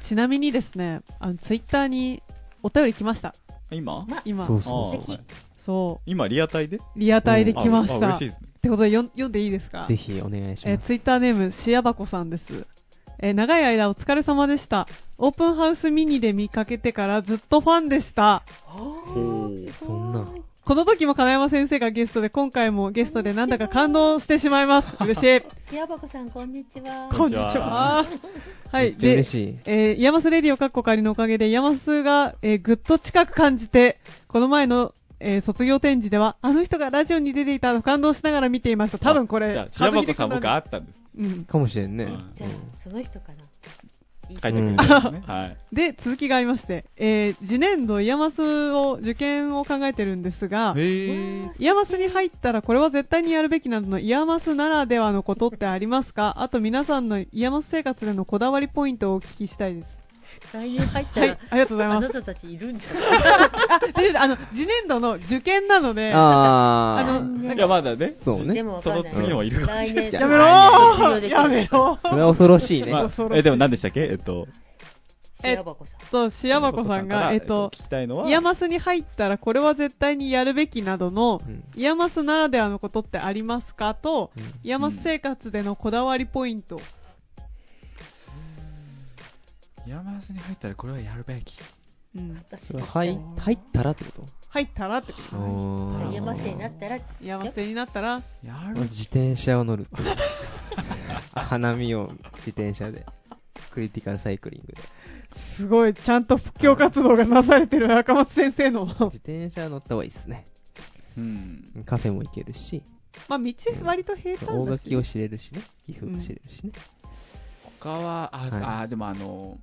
ちなみにですねあのツイッターにお便り来ました
今
まあ
今
そう
あ
そ
ー
そ
今、リアタイで
うリアタイで来まし
ああ
た、
嬉しい
っ
ですね。
てことでよん読んでいいですか
う。ぜひお願いし
えー
ます。
ツイッターネーム、しやばこさんです。えー長い間お疲れ様でした。オープンハウスミニで見かけてからずっとファンでした。
そんな。
この時も金山先生がゲストで、今回もゲストでなんだか感動してしま います。嬉しい。
シアバコさんこんにちは
こん
ん
に
に
ち
ち
は
は。
は
め
い。
っちゃ
で
嬉、しい。
えー、ヤマスレディオカッコ仮のおかげで、ヤマスが、えーぐっと近く感じて、この前の、えー卒業展示では、あの人がラジオに出ていたと感動しながら見ていました。多分これ、
じゃあ、
和
白箱
秀
さん、
君
僕、
な
会
んだ
ったんです、
うん。
かもしれんね。
うん
じゃあその人かな
書いて
い
く
い
れたんですね。はい
で、続きがありまして、えー次年度、イヤマスを、受験を考えてるんですが、
へー
イヤマスに入ったらこれは絶対にやるべきなどのイヤマスならではのことってありますかあと皆さんのイヤマス生活でのこだわりポイントをお聞きしたいです。
来年入っ
は
た
い
ら、
ありがとうござい
あ
ま
な
す。
たたちいるんじゃない
あ、大丈夫です。あの、次年度の受験なので、あ
あ
の、
いや、まだね
あ。。そう
で
ね。
もわかんない
その次もいるかもしれない
来年
やめ
卒業
ろー
できる
やめろ
そ
ー
れは恐ろしいね。
まあ
恐ろしい
えでも何でしたっけえっと、
シアバコさん
と、しやまこさん
か
が、
ら
えっと、
聞きたいのは、
イヤマスに入ったらこれは絶対にやるべきなどの
うん
イヤマスならではのことってありますかと、
うん
イヤマス生活でのこだわりポイント、
山梨に入ったらこれはやるべき。
うん、
私
それは入入ったらってこと
入ったらってこと
あ
山生にな
ー
ったら
イヤマスになったら
や
まず自転車を乗るっていう。花見を自転車で。クリティカルサイクリングで。
すごい、ちゃんと布教活動がなされてる赤松先生の。
自転車乗った方がいいですね。
うん。
カフェも行けるし、
まあ、道割と平
大
坦だ
垣を
し。
知れるしね、岐阜も知れるしね。
他は、あ、
はい
あでもあの、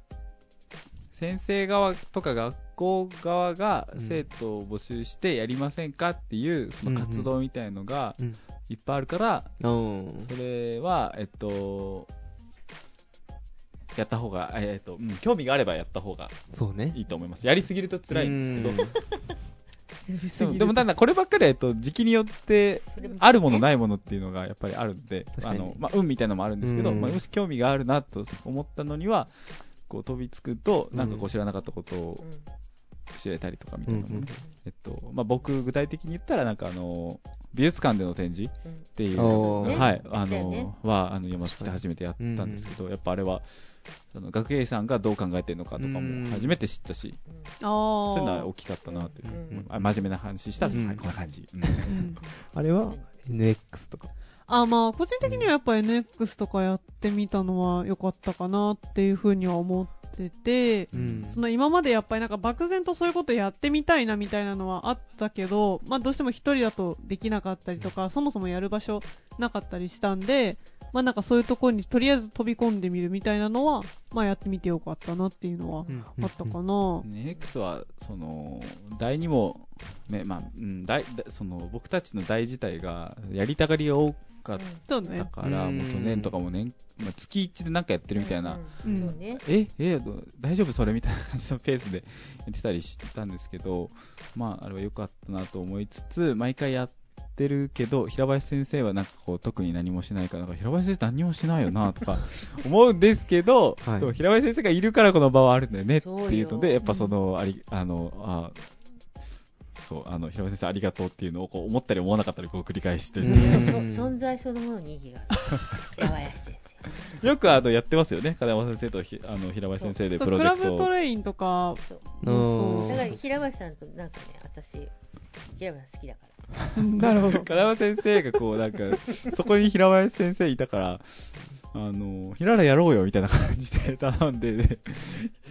先生側とか学校側が
うん
生徒を募集してやりませんかっていうその活動みたいのが
うん。
いっぱいあるから、
うん。
それは、えっと、やった方が、えっと、うん興味があればやった方が
そうね。
いいと思います。やりすぎると辛いんですけど。
やりす
で
ぎ
も
る
でもただこればっかりは、えっと、時期によって、あるものないものっていうのがやっぱりあるんで、
確か
あ
に
の、まあ、運みたいなのもあるんですけど、
うん
まあ、もし興味があるなと思ったのには、こう飛びつくと、なんかこう知らなかったことを
うん
知れたりとかみたいなのもね
うんうん
えっと、まあ、僕、具体的に言ったら、なんかあの、美術館での展示
うん
っていう、
おー
はい、あ
だよね
の、は、あの、山崎で初めてやったんですけど、やっぱあれは、その学芸さんがどう考えてるのかとか
うん
も初めて知ったし、
うん
あ
そういうのは
ー
大きかったなという、
うん
あ真面目な話したら、
うん
はい、こんな感じ。うん
うん
あれは NX とか。
あ、まあ、個人的にはやっぱ NX とかやってみたのは良かったかなっていうふうには思ってて、
うん
その今までやっぱりなんか漠然とそういうことやってみたいなみたいなのはあったけど、まあどうしても一人だとできなかったりとか、そもそもやる場所なかったりしたんで、まあなんかそういうところにとりあえず飛び込んでみるみたいなのは、まあやってみてよかったなっていうのはあったかな。
NX は、その、第二も、ね、まあ、うん、大、だその、僕たちの代自体が、やりたがりが多かっ
そう
た
ね。
から、
うん
もう去年とかも年、まあ、月一でなんかやってるみたいな、
うんうんそうね
ええど大丈夫それみたいな感じのペースでやってたりしたんですけど、まあ、あれは良かったなと思いつつ、毎回やってるけど、平林先生はなんかこう、特に何もしないから、なんか平林先生何もしないよな、とか思うんですけど、
はい
でも平林先生がいるからこの場はあるんだよね、っていう
そ
の
うよ
で、やっぱその、あり、あの、あそう、あの、平林先生ありがとうっていうのをこう思ったり思わなかったりこう繰り返して、
うん
そ存在そのものに意義がある山林先生
よくあの、やってますよね、金山先生とひあの平林先生で
そ
プ
う、
ロ
ク
ジェ
ラ
クト
ブ
を
トレインとか、
うん
そう
だから平林さんとなんかね私平林さん好きだから
なるほど。
金山先生がこうなんか そこに平林先生いたからあの平らやろうよみたいな感じで頼んで、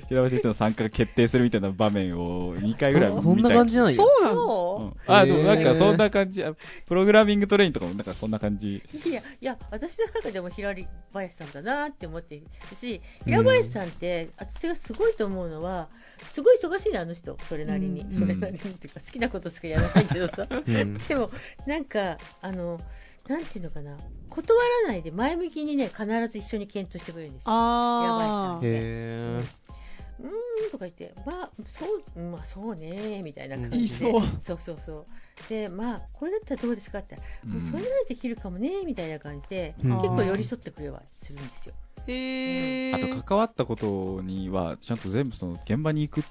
平林先生の参加が決定するみたいな場面を2回ぐらい見た
そんな感じなんよ。
そうなの
う
そ
んあでも
へー
なんかそんな感じあプログラミングトレインとかもなんかそんな感じ
ういやいや私の中でも平林さんだなって思っているし平林さんって私がすごいと思うのはすごい忙しいねあの人それなりに、
うん
それなりにっていうか好きなことしかやらないけどさ
うん
でもなんかあのなんていうのかな断らないで前向きにね必ず一緒に検討してくれるんです よ。
あー。
へー
うんとか言って、まあ、そう、まあ、そうね、みたいな感じで。
言いそう
そうそうそう。で、まあ、これだったらどうですかって言ったら、もう
うん
それならできるかもね、みたいな感じで、
うん
結構寄り添ってくれはするんですよ。
へ
あと
ー。
関わったことにはちゃんと全部その現場に行く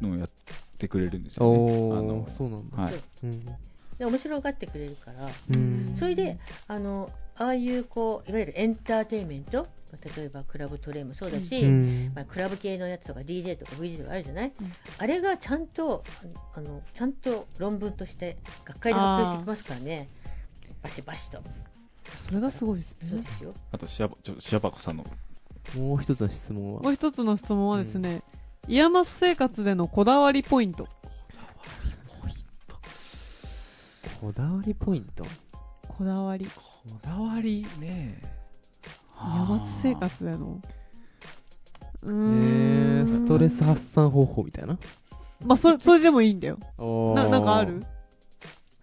のをやってくれるんですよねあ
お
の
ー、そうなんだ。
はい
そう
うん
で、面白がってくれるから、
うん
それで、あの、ああいう、こう、いわゆるエンターテインメント、まあ例えばクラブトレイもそうだし、
うん
まあ、クラブ系のやつとか DJ とか VJ とかあるじゃない、
うん
あれがちゃんとあのちゃんと論文として学会で発表してきますからねバシバシと
それがすごいです
そう
ね
で。すよ、
あとシアバちょシアバコさんの
もう一つの質問
もう
は。
一つの質問はですね、イヤマス生活でのこだわりポイント。
こだわりポイント
こだわり。イ
こだわりね
ヤマス生活での。う
え
ー
ー、
ん。
ストレス発散方法みたいな。
まあ、それ、それでもいいんだよ。な、
な
なんかある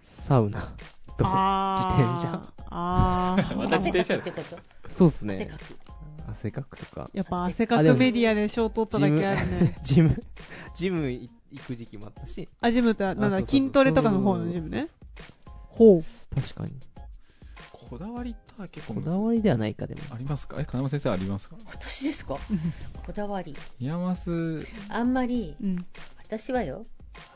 サウナとか。
あ
自
ー
転
あ ー。
また自転車
汗かくってこと
そうっす
汗
ね
か。く
汗かくとか。
やっぱ汗かくメディアで賞取っただけあるね。
ジム、 ジム行く時期もあったし。
あ、ジムって、なんだ、
あそうそうそう
筋トレとかの方のジムね。ほう。
確かに。
こだわりとは結構
こ
難しい
だわりではないかでも。
ありますかえ金山先生ありますか
今年ですかこだわり
イヤマス
あんまり
うん。
私はよ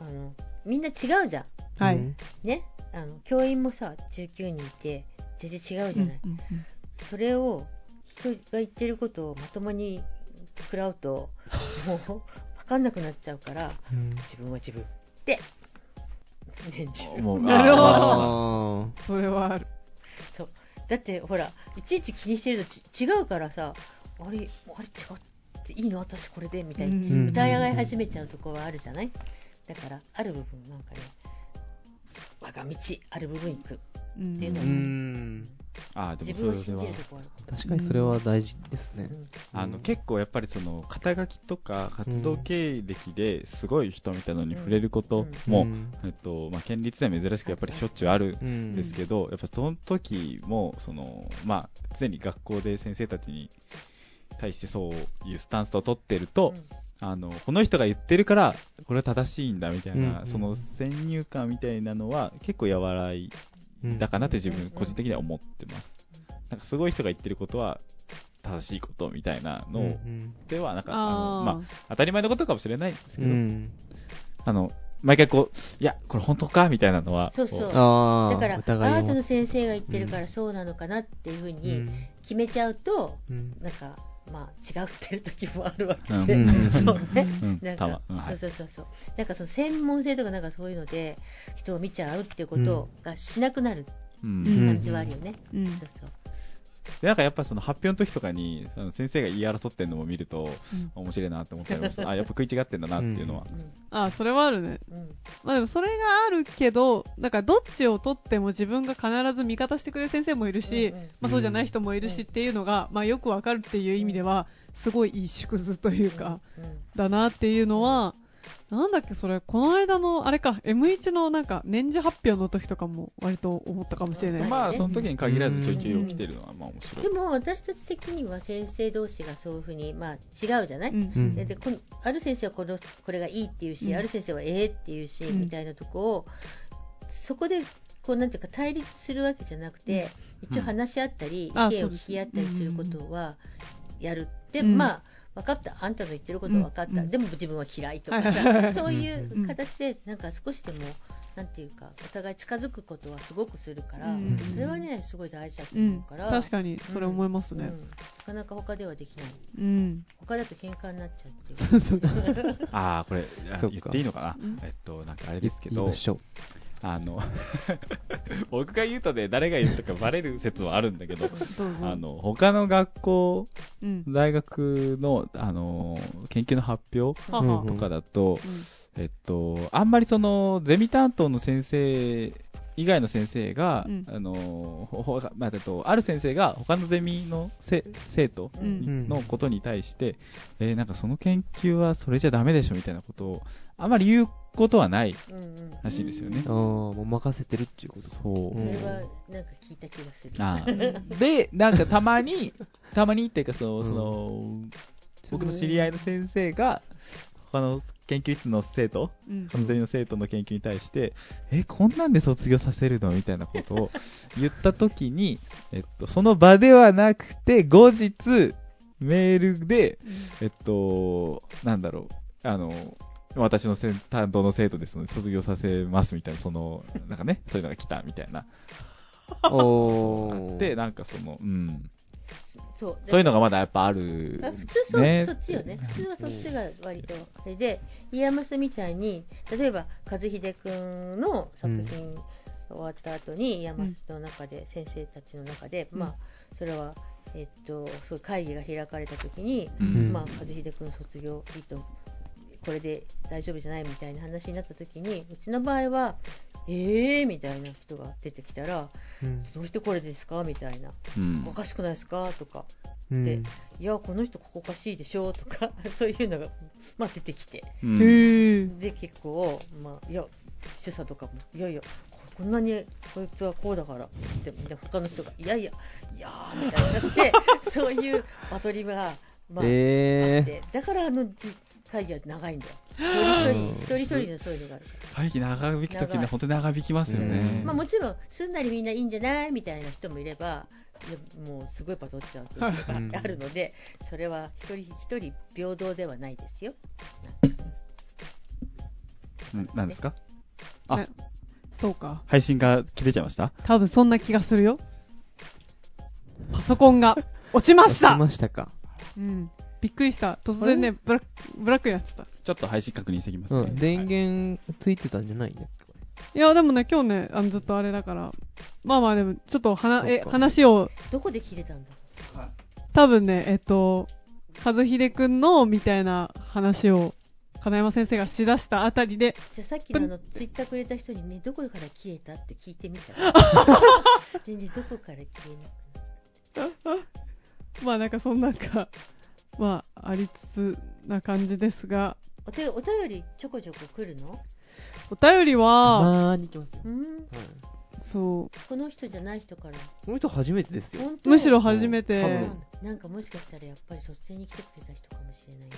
あのみんな違うじゃ
はい。
うん。
んねあの教員もさ19人いて全然違うじ
う
ゃ
ん
ない、
うんうん
それを人が言ってることをまともに食らうともう分かんなくなっちゃうから自分は自分で、ね、自分
もう
なるほど
あー
あ
それはある。
そうだってほらいちいち気にしてるとち違うからさあれあれ違っていいの私これでみたいに
ん
歌い上がり始めちゃうところはあるじゃないだからある部分なんかね我が道ある部分行く
うん
っていうの
う
は
ん。
あーで
自
も
分を
そ
信
れ
じ
は
るところある
確かにそれは大事ですね
う。ん
あの結構やっぱりその肩書きとか活動経歴ですごい人みたいなのに触れることも、
うん
えっとまあ、県立では珍しくやっぱりしょっちゅうある
うんん
ですけど、やっぱその時もその、まあ、常に学校で先生たちに対してそういうスタンスを取ってると、あのこの人が言ってるからこれは正しいんだみたいな、
うん
その先入観みたいなのは結構和らいだかなって自分個人的には思ってます。なんかすごい人が言ってることは正しいことみたいなのを、
うん
ではなんかあの、
あ
まあ、当たり前のことかもしれないんです
う
けど、
ん。
あの毎回こういやこれ本当かみたいなのは
そうそ
こ
う
ああ。
だからア
お互いを
ートの先生が言ってるからそうなのかなっていうふうに決めちゃうと、
うん
なんかまあ違ってる時もあるわけ
うん
で、
うん
そうね、
うん
なん
たま
か、
うんはい
そうそうそうそうなんかその専門性とかなんかそういうので人を見ちゃうっていうことがしなくなる
う、
うんん
感じはあるよね、
うん
そうそう
でなんかやっぱその発表の時とかにあの先生が言い争ってるのも見ると
うん
面白いなと思ったりもするあやっぱ食い違ってんだなっていうのは、
ああそれはあるね
うんうん
まあでもそれがあるけどだからどっちを取っても自分が必ず味方してくれる先生もいるし、
うんうん
まあ、そうじゃない人もいる
うん
しっていうのが、まあ、よくわかるっていう意味ではすごいいい縮図というか、だなっていうのは、なんだっけそれこの間のあれか M1 のなんか年次発表の時とかも割と思ったかもしれない、
うん
まあその時に限らずちょいちょい起きてるのはまあ面白い
でも私たち的には先生同士がそういうふうに、まあ、違うじゃない、
うん
うん
ででこのある先生はこのこれがいいっていうし、
うん
ある先生はええっていうし、
うん
みたいなとこをそこでこうなんていうか対立するわけじゃなくて、一応話し合ったり、
あ
意見
そ
を
うです
聞き合ったりすることはやる、で
うん
まあ分かったあんたの言ってることは分かった、
うん
でも自分は嫌いとかさ、そうい
んう
うん形でなんか少しでもなんていうかお互い近づくことはすごくするから、
うん
それはねすごい大事だと
う
思うんから、
確かにそれ思いますね
うんなかなか他ではできない
うん、
他だと喧嘩になっちゃうっていうか
ああこれあ
そっか
言っていいのかな、
うん
えっとなんかあれ
い
で
い
すけ
ま
ど
しょ
あの 僕が言うとね誰が言ったかバレる説はあるんだけど
どうぞ
あの他の学校
うん
大学の、あの研究の発表
はは
とかだと、
うん
えっと、あんまりそのゼミ担当の先生以外の先生が、
うん
あのほほまあ、えっとある先生が他のゼミのせ生徒
う
うん
ん
のことに対して、えーなんかその研究はそれじゃダメでしょみたいなことをあまり言うことはない
うんうん
らしいんですよね
う。あ。あ、もう任せてるっていうこと。
そう
そ
うん
れはなんか聞いた気がする
あーで、なんかたまに、たまにっていうかそうの、
ん
その、僕の知り合いの先生が、他の研究室の生徒、
うん
完全の生徒の研究に対して、え、こんなんで卒業させるのみたいなこと を言った時に、えっと、その場ではなくて、後日、メールで、えっと、なんだろう、あの、私のせん担当の生徒ですので、卒業させますみたいな、その、なんか ね、そういうのが来たみたいな。
お
あ
ー
って、なんかその、うん。
そう
そういうのがまだやっぱある。
あ普通そ,、
ね
そっちよね普通はそっちが割とそれでイヤマスみたいに例えば和秀くんの作品終わった後に、イヤマスの中で先生たちの中で、
うん
まあそれはえっとそういう会議が開かれた時に、
うん
まあ、和秀君卒業いいとこれで大丈夫じゃないみたいな話になった時にうちの場合は「ええー」みたいな人が出てきたら
うん
「どうしてこれですか?」みたいな
う
「
ん
おかしくないですか?」とか
うん
で「いやこの人ここおかしいでしょ」とか そういうのが、まあ、出てきて
うん
へえ
で結構、まあ、いや主査とかも「いやいやここんなにこいつはこうだから」ってで他の人が「いやいやいやー」みたいになっ てそういうバトルが、まあ、
えー
でだからあのじ会議は長いんだよ一人一人
うん
一人一人のそういうのがある、
会議長引くとき
長
ね、
い
本当に長引きますよね
うん。
まあ、もちろんすんなりみんないいんじゃないみたいな人もいればいやもうすごいバトっちゃうっていう人があるのでそれは一人一人平等ではないですよ
うんなんですか
そうか
配信が切れちゃいました
多分そんな気がするよパソコンが 落ちまし
落
た
ちましたか。
うん、びっくりした突然ねブラックブラックになっちゃった
ちょっと配信確認してきます
う
ね。
ん。電源ついてたんじゃないんだっけこ
いやでもね今日ねあのずっとあれだからまあまあでもちょっとはなえ
そっか
話を
どこで切れたんだ
多分ねえっと和秀くんの、みたいな話を、金山先生がしだしたあたりで、
じゃあさっきのあのツイッターくれた人にねどこから消えたって聞いてみ たら全然どこから消えなくなった
まあなんかそんなんか、まあありつつな感じですが、
お手お便りちょこちょこ来るの、
お便りは、
まーに来ますよ。
うん、
はい
そ
この人じゃない人から
この人初めてですよ。
本
う、
当
むしろ初
多
めて、
なんかもしかしたらやっぱり卒生に来てくれた人かもしれない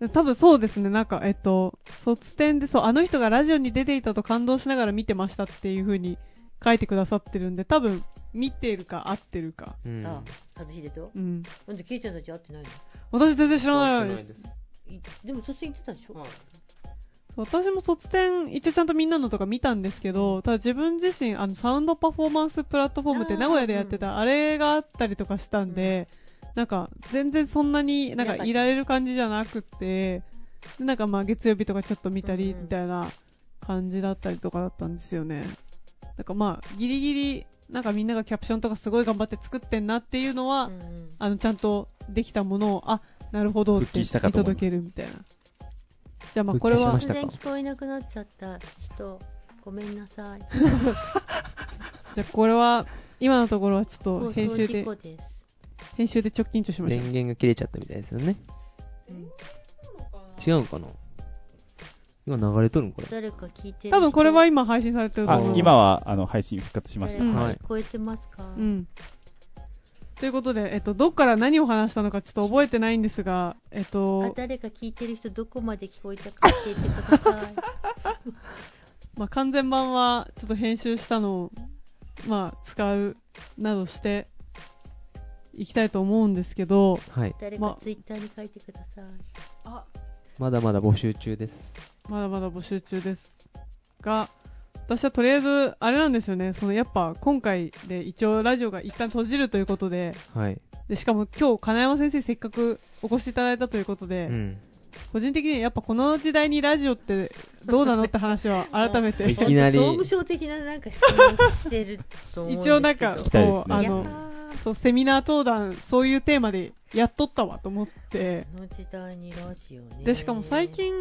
ね
多分そうですね、なんか、えっと、卒展で、そう、あの人がラジオに出ていたと感動しながら見てましたっていう風に書いてくださってるんで、多分、見てるか合ってるか。
うん。
あ和秀と
うん。
なんでケイちゃんたち会ってないの
私全然知ら
合
な
って
いで
ないで
す。
す。
いでも卒生行ってたでしょ、
はい
私も卒展一応ちゃんとみんなのとか見たんですけど、ただ自分自身あのサウンドパフォーマンスプラットフォームって
あー
名古屋でやってたあれがあったりとかしたんで、なんか全然そんなになん
なかっ
か
た
いられる感じじゃなくてでなんかまあ月曜日とかちょっと見たり
うんうん
みたいな感じだったりとかだったんですよねだからまあギリギリなんかみんながキャプションとかすごい頑張って作ってんなっていうのは、
うんうん
あのちゃんとできたものをあなるほどっ
復
て
帰
見
したかと思い
届
ます
けるみたいなじゃあまあこれ
復帰しましたか
は
突然聞こえなくなっちゃった人ごめんな さい
じゃあこれは今のところはちょっと
放
編
送
集
事
で
故です
編集で直近としましょ
電源が切れちゃったみたいですよね。違うのかな今流れとるんこれ。
誰か聞いて
う
る
多分これは
今
今配信されてると
あ
思う
今はあの配信復活しました、
うん
はい
聞こえてますか、
うんということで、えっと、どっから何を話したのかちょっと覚えてないんですが、えっ
あ
と、
誰か聞いてる人どこまで聞こえたか教えてく ださい
まあ、完全版はちょっと編集したのを、まあ、使うなどしていきたいと思うんですけど、
はい。
誰
ま
かツイッターに書いてください、
あ
まだまだ募集中です。
まだまだ募集中ですが、私はとりあえず、あれなんですよね、そのやっぱ今回で一応ラジオが一旦閉じるということで、
はい。
でしかも今日金山先生せっかくお越しいただいたということで、
うん。
個人的にやっぱこの時代にラジオってどうなのって話 は改めて
いきなり
総務省的ななんか質問してると思うんですけど
一応なんか
きたいで
こ
す
う
ね
あ
いやー
のそうセミナー登壇そういうテーマでやっとったわと思って
この時代にラジオね
でしかも最近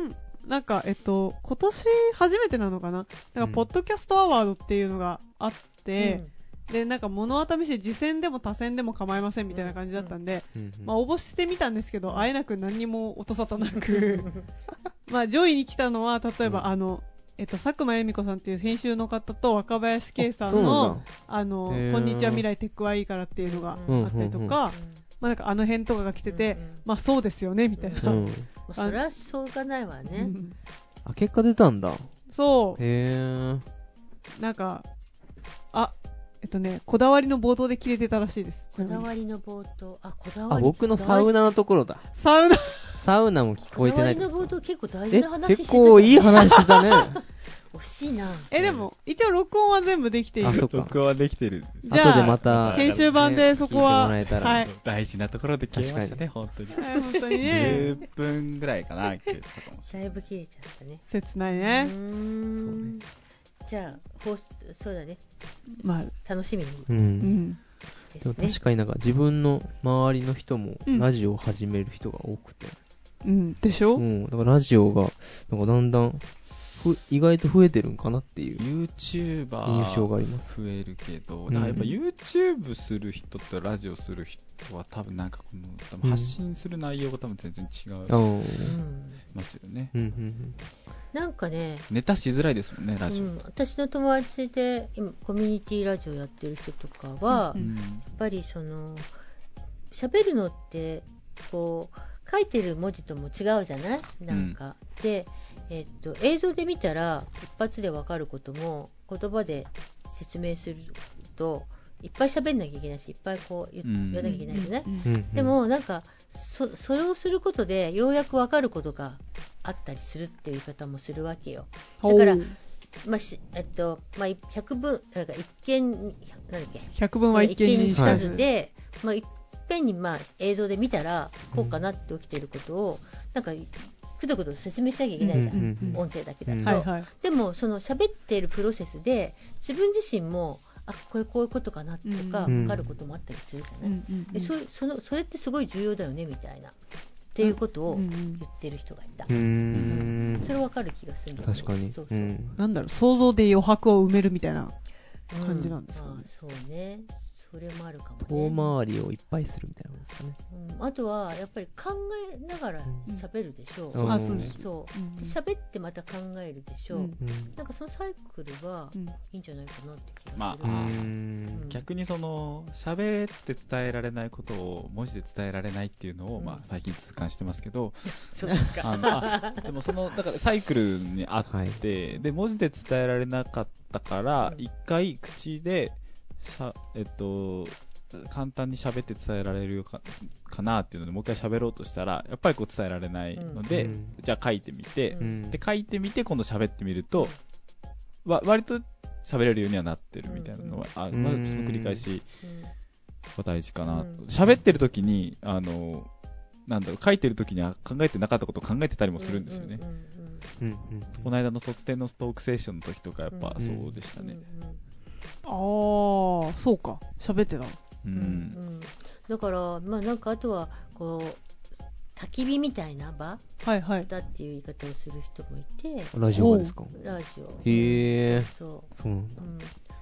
なんかえっと今年初めてなのかななん
うん
かポッドキャストアワードっていうのがあって、
うん
でなんか物渡みして次戦でも他戦でも構いませんみたいな感じだったんで、
うんうん
まあ、応募してみたんですけど、あえなく何にも音沙汰 なくまあ上位に来たのは例えば、
うん
あのえっと、佐久間由美子さんっていう編集の方と若林圭さん
そうな
の
んだ
「あの
へー
こんにちは未来テックはいいから」っていうのが
う
あったり
う
とか、
んうんうん
まあ、なんかあの辺とかが来てて、
うんうん
まあそうですよねみたいな、
うん。
まあそれはしょうがないわ
う
ね
ん
あ、結果出たんだ。へ
そ
え。
うなんかあえっとねこだわりの冒頭で切れてたらしいです
こだわりの冒頭あこだわ
あ、
り
僕のサウ
ナ
ナのところだ。
サウナ
サウナも聞
こ
こえ
だ
て
わ
な
り
い
の冒頭結構大事
え
な話して
結
たじゃん
構いい話してたね。
惜しいな
えでも一応録音は全部できてい
あ、
る
そっか。
僕はできてるんです
じゃあ
後でまた、
編集版でそこは
ね聞いてもらえたら
はい
大事なところで消えましたね本当に
はい本当にね
10分ぐらいかな消えたかもしれ
だいぶ切れちゃったね
切ないう
ー
ね、
んじゃあ放送そうだね
まあ
楽しみに
う。
うんん
で
でも
すね
確かになんか自分の周りの人も
うん
ラジオを始める人が多くて。
うんでしょ、
うん。だからラジオが、なんかだんだん、ふ意外と増えてるんかなっていう
ない YouTuber
印象があります。
増えるけど、
うん
だからやっぱ YouTube する人とラジオする人は多分なんかこの多
う
分
ん
発信する内容が多分全然違い
ああ。うん
うん
ますよね、
うんうん。
なんかね
ネタしづらいですもんねラジオ、
う
うん
ん、私の友達で今コミュニティラジオやってる人とかは、
うん
やっぱりその喋るのってこう書いてる文字とも違うじゃないなんか、で、えっと映像で見たら一発でわかることも言葉で説明するといっぱい喋んなきゃいけないしいっぱいこう言,、
うん
わなきゃいけないじゃない、
うん
うんうん
で、もなんかそそれをすることでようやくわかることがあったりするっていう言い方もするわけよ。だからまあしえっとまあ、100分なんか一見になんだっけ
百分は一見に
に
し
し
か
か
ず、
ずで、まあ、いっぺんに、まあ、映像で見たらこうかなって起きていることをなんかくどくど説明しなきゃいけないじゃん、
うん
うん
音声だけだと、
うん
はいはい
でもその喋っているプロセスで自分自身もあこれこういうことかなとか
うん
分かることもあったりするじゃない、
うんうんうん
でそそのそれってすごい重要だよねみたいなっていうことを
うんう
言
ん
ってる人がいた、
うーん
それわかる気がするんだよね
確かに
そう
う
そう、
ん
なんだろう想像で余白を埋めるみたいな感じなんですかね
ああそうねそれもあるかも
遠
ね
回りをいっぱいするみたいなもんですかね
うん、あとはやっぱり考えながら喋るでしょう、
うん
あそうです
そううで喋ってまた考えるでしょう、
うん
うん
なんかそのサイクルは
ん
いいんじゃないかなって気がする、
まあ
うーん
逆にその喋って伝えられないことを文字で伝えられないっていうのを、
うん
まあ、最近痛感してますけど
そうですか
あのあでもそのだからサイクルにあって、
はい
で文字で伝えられなかったから一回口でしゃ、えっと、簡単に喋って伝えられるかかなっていうのでもう一回喋ろうとしたらやっぱりこう伝えられないので、
うん
じゃあ書いてみて、
うん
で書いてみて今度喋ってみると、わ割と喋れるようにはなってるみたいなのは、あまあ、そ
うん
の繰り返し
うん
は大事かなと
うん
喋ってる時にあのなんだろう書いてる時には考えてなかったことを考えてたりもするんですよね、
ううんうん
うんうん
この間の卒展のトークセッションの時とかやっぱ
うん
そうでしたね
うんうん
ああそうか喋ってた
うん、
うんだから、まあ、なんかあとはこう焚き火みたいな場
はいはい
だっていう言い方をする人もいて
ラジオがですか
ラジオ
へえ
そ
そうなん
う、
だ
うん、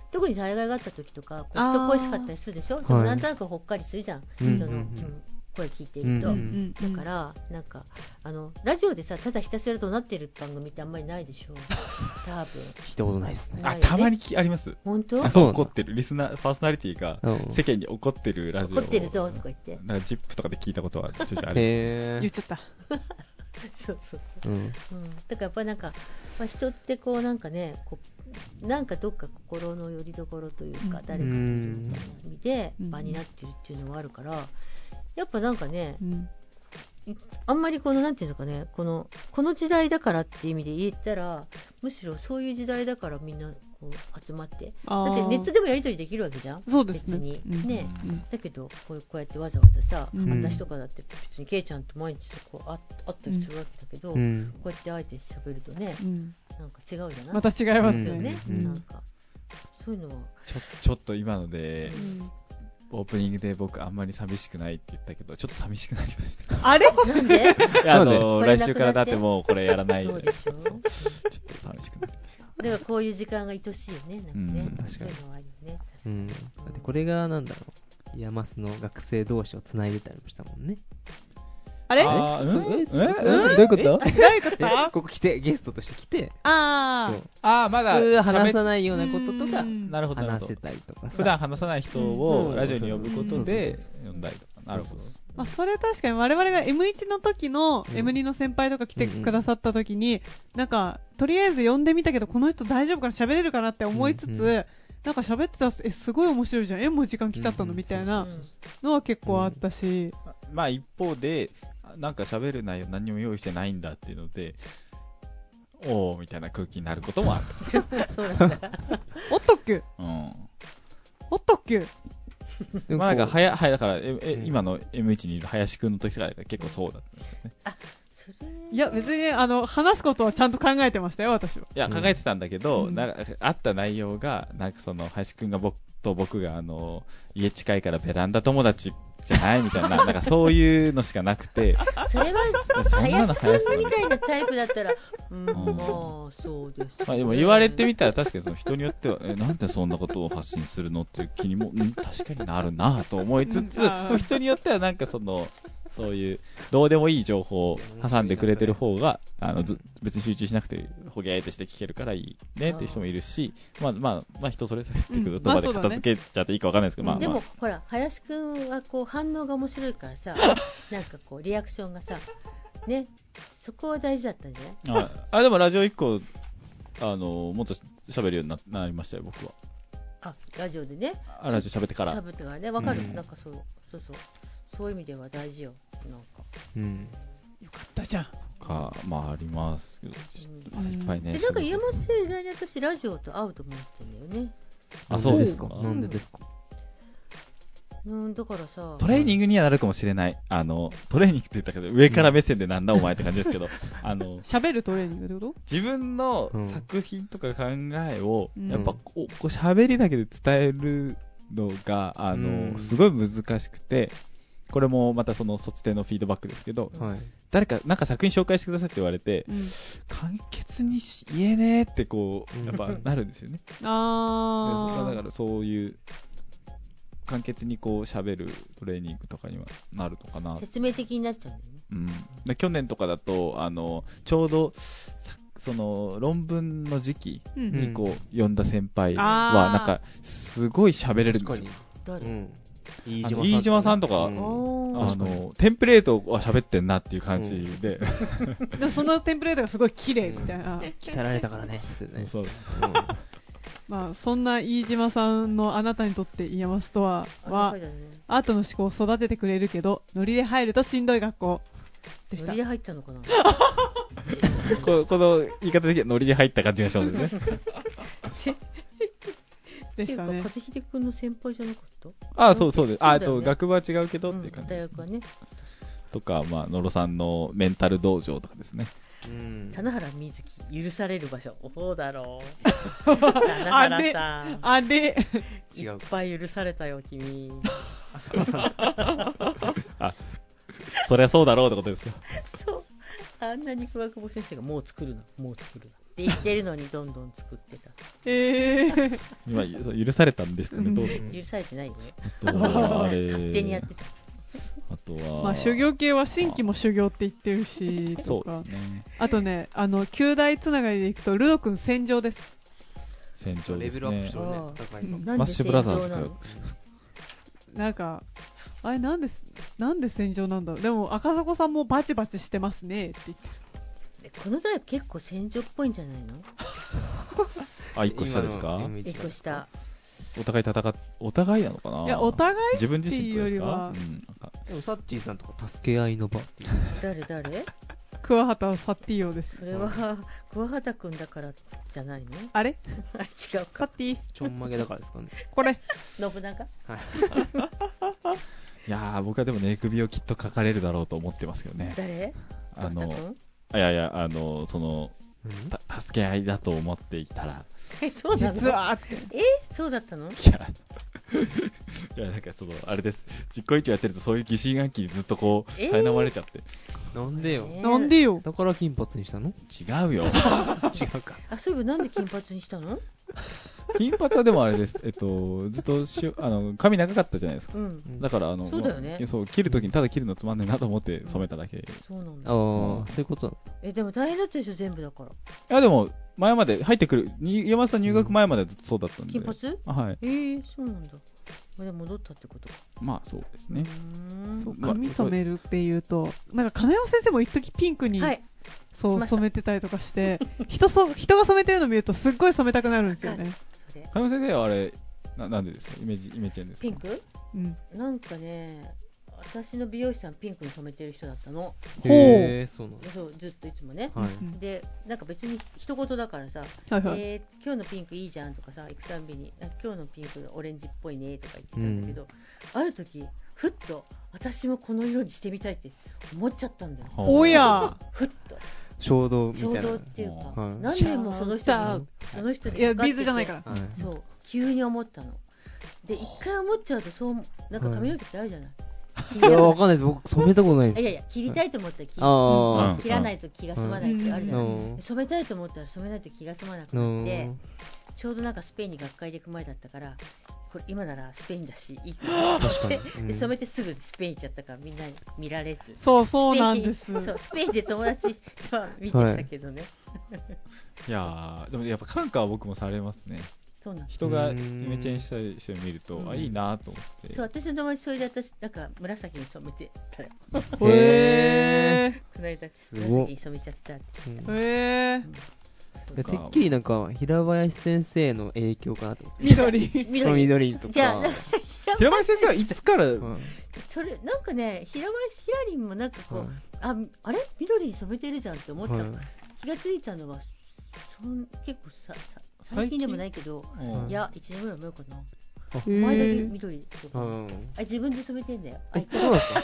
特に災害があった時とかこう人恋しかったりするでしょでも
はい
なんとなくほっかりするじゃん、
うん
人の、
うんうん
うん声聞いてると。
うん
だから、なんかあのラジオでさただひたすら怒鳴ってる番組ってあんまりない でしょ多分
聞いたことないですね
あたまにきあります
本当
あそうなんだ
怒ってるリスナーパーソナリティが
うん
世間に怒ってるラジオ
怒ってるぞとか言って
なんか ZIP とかで聞いたことはちょいちょいあり
へ
言っ
え
ちゃった
そうそうそ
うん
う、うん、だからやっぱりなんか、まあ、人ってこうなんかねこうなんかどっか心の拠り所というか、
うん
誰かというみたいな意味で
うん
場になってるっていうのはあるからやっぱなんかね
うん
あんまりこのなんていうのかねこのこの時代だからっていう意味で言ったらむしろそういう時代だからみんなこう集まって
あ
だ
ー
ってネットでもやり取りできるわけじゃん
そうですね
別
うん
にね、
うん
だけどこうこうやってわざわざさ、
うん
私とかだって別にケイちゃんと毎日とこうあ会ったりするわけだけど、
う
こ
ん
うやってあえて喋るとね
うん
なんか違うじゃない
また違いますよ
ね
ね、
うん
なんかそういうのは
ちょちょっと今ので
うん
オープニングで僕あんまり寂しくないって言ったけどちょっと寂しくなりました
あれ
なんで
いやあ
こ
の
れ
来
なくなって
週からだってもうこれやらない
そうでしょ
そうちょっと寂しくなりました
だからこういう時間が愛しいよねなんかね、
うん
確かに
そういうのはあるよね確
う
かに
ん、だってこれがなんだろう山須の学生同士をつないでたりもしたもんね
あれあ
あーうん
え
え
そうえ
え
どういうこと
どういうこと
えここ来てゲストとして来て
あ
そう
ああまだ
普通話さ
喋っ
ないようなこととか
うん
なるほどなるほ
話
ど
せたりとかさ
普段話さない人をラジオに呼ぶこと
うん
で呼んだりとかなるほど
まあ、それは確かに我々が M1 の時の
うん
M2 の先輩とか来てくださった時に、なんかとりあえず呼んでみたけどこの人大丈夫かな喋れるかなって思いつつ、
うんうん
なんか喋ってたらえすごい面白いじゃんえもう時間来ちゃった
うんう
の
ん
みたい
うん
なのは結構あったし、
まあ一方でなんか喋る内容何も用意してないんだっていうのでおおみたいな空気になることもある、
そうなんだ
おっとっけ
う
おっとっけ
で
ん、
も
まあなんか
こ
はやはやだからええ、
うん
今の M1 にいる林くんの時とか結構そうだったんですよね
それ
いや別にねあの話すことはちゃんと考えてましたよ私は。
いや
うん
考えてたんだけど、
うん
なんかあった内容がなんかその林くんが僕と僕があの家近いからベランダ友達じゃないみたいななんかそういうのしかなくて
それは
そんなの林
林く
く
ん
ん
み
み
た
た
いなタイプだったら、うん、ま
ん
あそうです、
まあ、でも言われてみたら確かにその人によってはえなんでそんなことを発信するのっていう気にもうん確かになるなと思いつつ
うんあー
でも人によってはなんかそのそういうどうでもいい情報を挟んでくれてる方があのず別に集中しなくてほげーってして聞けるからいいねっていう人もいるしまあまあまあ人それぞれっていうことまで
うんまあそう
片
だね
付けちゃっていいかわかんないですけどまあ
で
ま
も
あ
ほら林くんはこう反応が面白いか らさなんかこうリアクションがさねそこは大事だったんじゃない
ああでもラジオ1個あのもっと喋るようにななりましたよ僕は
あラジオでね
あラジオ喋ってから
喋ってからねわかる、
うん
なんかそうそうそうそういう意味では大事よなんか
ううん
よかったじゃん。
かまあありますけどちょっといっぱいね
でなんか山本先生意外に私ラジオと会うと思ってんだよね
あそうですか
なんでですか
うんだからさ
トレーニングにはなるかもしれない。あの、トレーニングって言ったけど、上から目線でなんだお前って感じですけど、あの、
喋るトレーニングってこと？
自分の
うん
作品とか考えを、
うん
やっぱこう、こう喋りだけで伝えるのが、あの、
うん
すごい難しくて、これもまたその卒定のフィードバックですけど、
はい。
誰か、なんか作品紹介してくださいって言われて、
うん
簡潔にし言えねえってこ
うん
う、やっぱなるんですよね。
あ
で
ー
だからそういう、簡潔にこう喋るトレーニングとかにはなるのかな。
説明的になっちゃうんだよね。
うん、で去年とかだと、あの、ちょうど、さその論文の時期
う
うん
ん
にこう、呼んだ先輩
あ
は、
ー
なんか、すごい喋れるんですよ。
誰、
うん。
あの飯島さんとか
うん
おー
あのテンプレートは喋ってんなっていう感じで、
でそのテンプレートがすごい綺麗みたいな、
来たられたからね。つって ね
そう
うん
まあ、そんな飯島さんのあなたにとってイヤマスとは
あ
は
そうだね。
アートの思考を育ててくれるけどノリで入るとしんどい学校でし
ノ
た
リで入ったのかな
ここの言い方的にはノリに入った感じがしますね
でした
ってい
ね
うか、和秀君の先輩じゃなかった
あそうそうですあ、
そうだよ
と
ね
学部は違うけどっていう感じ
大
です、
学はね。
とか、まあ、野呂さんのメンタル道場とかですね
うん
棚原みずき、許される場所。そうだろ う。棚原さん。
あれ
違
いっ
う。
ぱい許されたよ、君。
そりゃそうだろうってことですか
そう。あんなに桑久保先生がもう作るな、もう作るな。って言ってるのにどんどん作ってた。
えー、
今ゆ許されたんですけどどうぞ
許されてないよね。
あとはあれ
勝手にやってた。
あとは、
まあ修行系は新規も修行って言ってるし
そ
と
うです
か
ね
あとねあの旧大つながりでいくとルド君戦場です
船長
レ
で
ベ
す
ルアップ
ね
してる
あ
ね
ー。
高いの。
なん
マ
で
ッシ
正
ュブラザー
常
ズか
な
よ
の
なんかあれなんですなんで戦場なんだろうでも赤底さんもバチバチしてますねって言って
えこの大学結構戦場っぽいんじゃないの
あ一個下ですか
今の M1
一個下。
お互い戦っお互いなのかない
やお互い
自分自身ってことです
っ
か
て
うんなんか
でも、サッチーさんとか、助け合いの場。
誰誰
桑畑サッティーヨです
それは、桑畑くんだからじゃないの
あれ
あ、違う
サッ
か。
ティ
ちょんまげだからですかね。
こ れ
信長
はい。
いやー僕はでもね首をきっと書かれるだろうと思ってますけどね
誰
あ
桑
の
畑
いやいやあのそのた助け合いだと思っていたら
くんえ そうなの
実はって
えそうだったの
いや いやなんかそのあれです実行委員長やってるとそういう疑心暗鬼にずっとこう
えー
苛まれちゃって、
なんでよ。
ね
なんでよ
だから金髪にしたの
違う よ
違うか。
あ、そういえばなんで金髪にしたの
金髪はでもあれですえっとずっとしゅあの髪長かったじゃないですか
うん。
だからあの
そうだよね
まあそう切るときにただ切るのつまんねえなと思って染めただけ、い
そうなん
ああ、
だ。
そういうことなの
え、でも大変だったでしょ、全部だから。
やでも前まで入ってくるに山田さん入学前までずっとそうだったんで、
金髪
はい
えー、そうなんだ。まだ戻ったってことか。
まあそうです
う
ね
ーん
そう
まあ
髪染めるっていうとなんか金山先生も一時ピンクに、
はい。
そ
し
う
ました
染めてたりとかして人そ人が染めてるの見るとすっごい染めたくなるんですよね、
それ。
金先生はあれななんでですかイメージイメチェンですか
ピンク
うん、
なんかね、私の美容師さんピンクに染めてる人だったの。
ほう
へえ、そうなの
そう、ずっといつもね。
はい。
うん
で、なんか別に一言だからさ、
はいはい、
えー今日のピンクいいじゃんとかさ行くたんびにあ今日のピンクオレンジっぽいねとか言ってたんだけど、ある時ふっと私もこの色にしてみたいって思っちゃったんだよ
はあ
おや
ふっと
衝動みたい
衝
な。
動
は
っていうか、
はい
何年もその人
は
に
い
その人に
いや
向って
ビー
て
ズじゃないから
い。
そう急に思ったので一回思っちゃうとそうなんか髪の毛ってあるじゃない、
いや、わかんないです。僕、染めたことない
あい
です。
やいや切りたいと思ったら切る
あ
ー
切らないと気が済まないってあるじゃない、
うん
で染めたいと思ったら染めないと気が済まなく
あ。
なって、
の
ちょうどなんかスペインに学会で行く前だったから、これ今ならスペインだし、いいか
確かに
で
うん
で染めてすぐスペイン行っちゃったから、みんなに見られず。
そうそうなんです
スペインそう、スペインで友達とは見てたけどね。
いやーでもやっぱ感化は僕もされますね
そうなん
人が
う
イ
ーん
メチェンしたりして見ると、
うん
あいいなと思って
そう、私の友達、それで私、なんか紫に染めてたよ。
へえ
この間、
ごっ
紫に染めちゃったって。
うん
へえ
でてっきりなんか、平林先生の影響かなと思って。
緑
緑。
緑と
じゃあ
か
なん。
平林先生はいつから
うん
それ、なんかね、平林、ヒラリンもなんかこう、
はい
あ、あれ緑に染めてるじゃんって思ったの。
はい
気がついたのは、そん結構ささ、
最
最
近
近でもないけど、
うん
いや、1年ぐらい前かな。
へ
前だけ
ー
緑と
う
か
ん。
あ自分で染めてんだよあ
え
い、つ
そうなんですか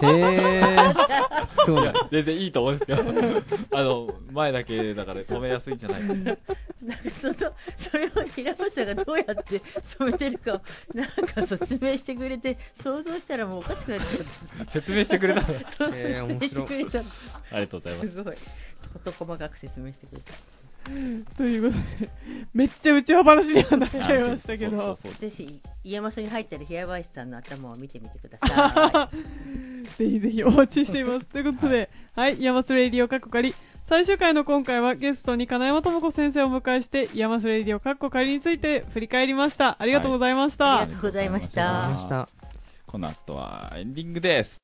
へー。そ
い
うな
や
んだ。
全然いいと思うんですけ ど、あの、前だけだから止めやすいんじゃないかな。
なんかそのそれを平本さんがどうやって染めてるかをなんか説明してくれて想像したらもうおかしくなっちゃって
説明してくれたの
そうそう
えー
説明してくれたの
ありがとうございます。
すごい事細かく説明してくれた
ということで、めっちゃ内輪話にはなっち
あ
ゃいましたけど、
そうそうそう
ぜひ家康に入ったら平林さんの頭を見てみてください
ぜひぜひお待ちしています。ということで、はい、山スレイディオカッコ仮。最終回の今回はゲストに金山智子先生をお迎えして、山スレイディオカッコ仮について振り返りました。ありがとうございました。
はいありがとうございまし
あ
た
り
あ
がとうございまし
りまし
た
た。
この後はエンディングです。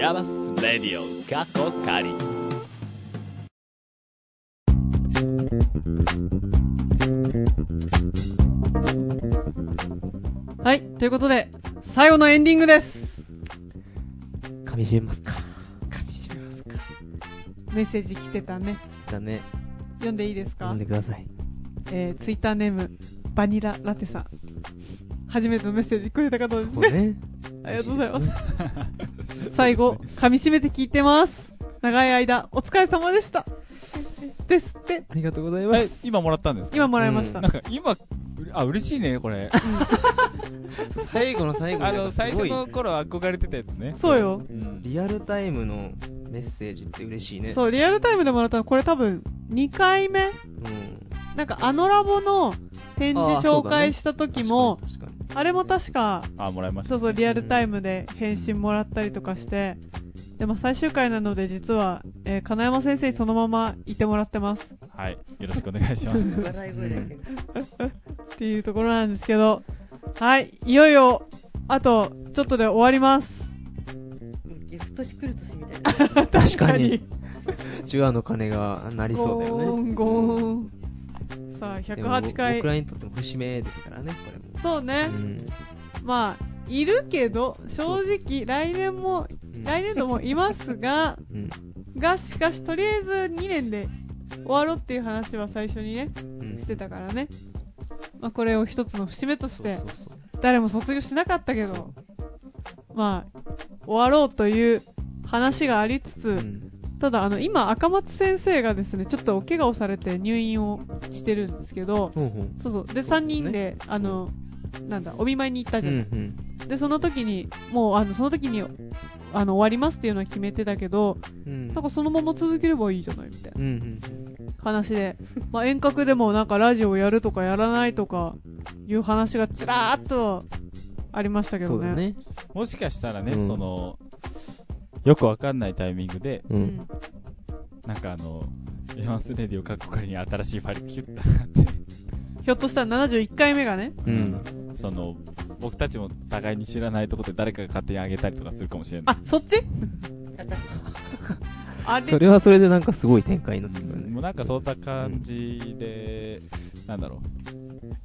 ヤマスレディオ過去仮
はい、ということで、最後のエンディングです。
噛み締めますか。
噛み締めますか。メッセージ来てたね。
だね。
読んでいいです
読
か
んでください。
えー、ツイッターネーム、バニララテさん。初めてのメッセージくれた方です
そう
ね。
ね。
ありがとうございます。最後、噛み締めて聞いてます。長い間、お疲れ様でした。ですって、
ありがとうござい ま
え
す。、
今もらったんですか
今もらいました。
う
なんか今、うれあ、嬉しいね、これ。
最後の最後
あ
に
の、最
すご
初
い
の頃憧れてたやつね。
そうよ。
うん
リアルタイムのメッセージって嬉しいね。
そう、リアルタイムでもらったの、これ多分、2回目
うん。
なんか、あのラボの展
あー
示
そう
紹
だね
介した時も、
確かに確か
あれも確か、
あ、もらいました
そう
ね。
そう、リアルタイムで返信もらったりとかして、でも最終回なので、実は、えー金山先生にそのままいてもらってます。
はい。よろしくお願いし ます。
笑い声だけど
っていうところなんですけど、はい、いよいよ、あと、ちょっとで終わります。
翌年来る年みたいな
に。確かに。ジュアの鐘が鳴りそうだよね。
ゴーン、ゴ
うん
ーン。さあ、
でも
108回
僕。らにとっても節目ですからね、これも。
そうね。まあ、いるけど、正直、来年も、
うん
来年度もいま すが、
うん。
が、しかし、とりあえず2年で終わろうっていう話は最初にね、
うん。
してたからね。まあ、これを一つの節目として
そう、そうそう
誰も卒業しなかったけど、まあ、終わろうという話がありつ
う
つ、
ん
ただ、あの、今、赤松先生がですね、ちょっとお怪我をされて入院をしてるんですけど、
ほうほう
そうそう。で、
そうですね
3人で、あの、なんだ、お見舞いに行った
う
じ
ん
ゃ。
うんん
で、その時に、もう、あの、その時に、あの、終わりますっていうのは決めてたけど、
うん
なんかそのまま続ければいいじゃないみたいな
うんうん
話で、まあ、遠隔でもなんかラジオやるとかやらないとか、いう話がちらーっと、ありましたけ
そ
ど
うだ
ね。
ね。
もしかしたらね、
うん
その、よくわかんないタイミングで、
う。
うんん。
なんかあの、エマンスレディをかっこ仮に新しいファイルキュッと上がって、
ひょっとしたら71回目がね、
うん。
その、僕たちも互いに知らないとこで誰かが勝手にあげたりとかするかもしれない。
あ、そっち
私
あれ
それはそれでなんかすごい展開になってくるね。
もうなんかそんな感じで、なんだろ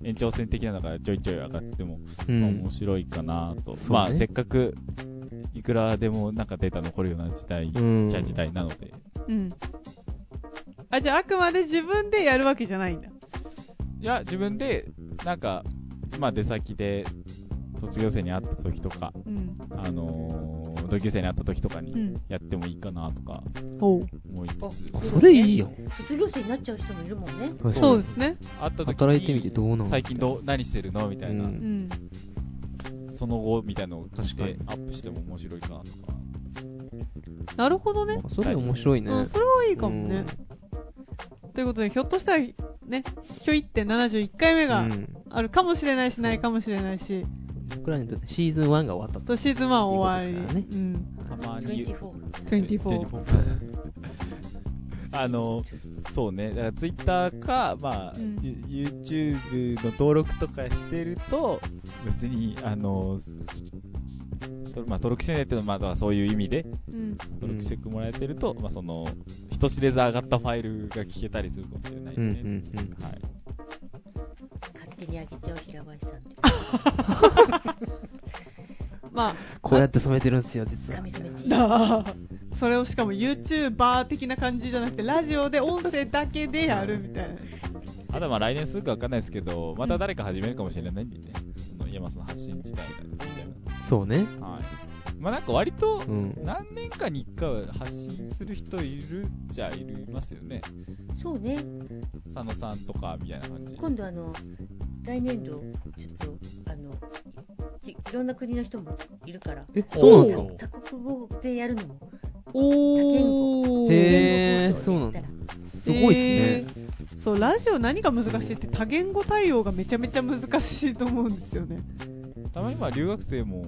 う、延長戦的なのがちょいちょい上がっても、
う
まあ
ん
面。白いかなと、
そうね
まあせっかくいくらでもなんかデータ残るような時代、
うん
じゃあ時代なので、
うん。あ、じゃああくまで自分でやるわけじゃないんだ。
いや、自分で、なんか、まあ出先で卒業生に会った時とか、
うん。
あのー同級生に会った時とか
う
に
ん。
やってもいいかなとか
おう
思いつつ、
あそれいいよ。
卒業生になっちゃう人もいるもんね
そうですね。
会った時に
働いてみてどうなの
最近どう何してるのみたいな、
う
うんん。
その後みたいなのを聞いて
確
アップしても面白いかなとか。
なるほどね。
それ面白いね。
うん、それはい
い
いかもね。ということで、ひょっとしたら、ね、ひょいって71回目が
うん
あるかもしれないし、ないかもしれないし、
僕らにとってシーズン1が終わったと。
とシーズン1終
いい
わ
こと
り、
です
うん、
たまに
24
24。
あの、そうね、だからツイッターか、まあ、
うん
YouTube の登録とかしてると、別に、あの、とまあ、登録してないっていうのは、まあ、そういう意味で、
うん、
登録してもらえてると、まあ、その、人知れず上がったファイルが聞けたりするかもしれない
うんうん
で、
ん
はい。
勝手にあげちゃう平林さんって
まあ、
こうやって染めてるんですよ、実は。
髪染めち
だ それをしかも YouTuber 的な感じじゃなくてラジオで音声だけでやるみたいな
あとはまあ来年するか分かんないですけど、また誰か始めるかもしれないんでね、その山さんの発信自体みたい
そうね。
な。はい。まあなんか割と、
うん。
何年かに1回は発信する人いるっちゃいますよね。
そうね
佐野さんとかみたいな感じ。
今度あの来年度ちょっとあのちいろんな国の人もいるから
え、そうなんです
お
か
ー
多国語でやるのも
お
多
へー
言語放送でやったら
すごいっすね。
そうラジオ何が難しいって多言語対応がめちゃめちゃ難しいと思うんですよね、
たまにまあ留学生も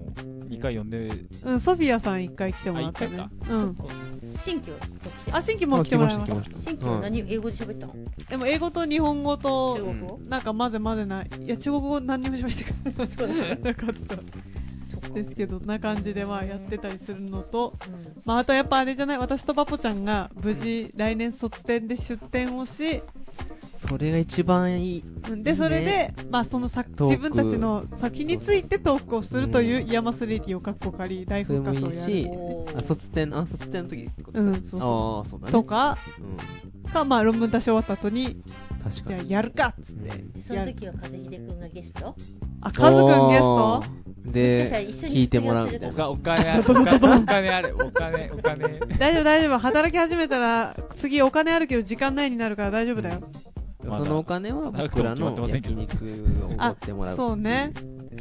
2回呼んで、
うん、ソフィアさん一回来てもらったね
あ
うん
そう
新居が来て
あ新規も来てもらいました
あ来ました来ま
新居は何英語で喋ったの
でも英語と日本語と
中国語
なんか混ぜ混ぜないいや中国語何にもしましたけど
そうだ
なかった
そっか
ですけどな感じではやってたりするのと
うん
まあ、あとやっぱあれじゃない私とバポちゃんが無事来年卒展で出展をし
それが一番いい。
うんでそれで、まあ、その作
トーク
自分たちの先についてトークをするというイヤマスレディをかっこかり大
それ
復
も
活
いい
をやる
し
お、ー
あ、卒展、あ、卒展の時ってこと
う
です
ん
か
そうそ
ああ、そうだ
う
ね。
と。か
うん。
か、まあ、論文出し終わった後に
確
じ
か
ゃあ
に。
やるかっつっ
う
て
ん
でその時は風秀君がゲスト
あカズくんゲス
お
ト
ー
もしかした
で、
ら一緒に
聞いてもらうみた
お
い
卒業する
な。
かお 金ある、お金お金ある、お金、お金。
大丈夫大丈夫働き始めたら次お金あるけど時間ないになるから大丈夫だよ
まだ
そのお金は僕らの焼肉をおごってもらう。
そうね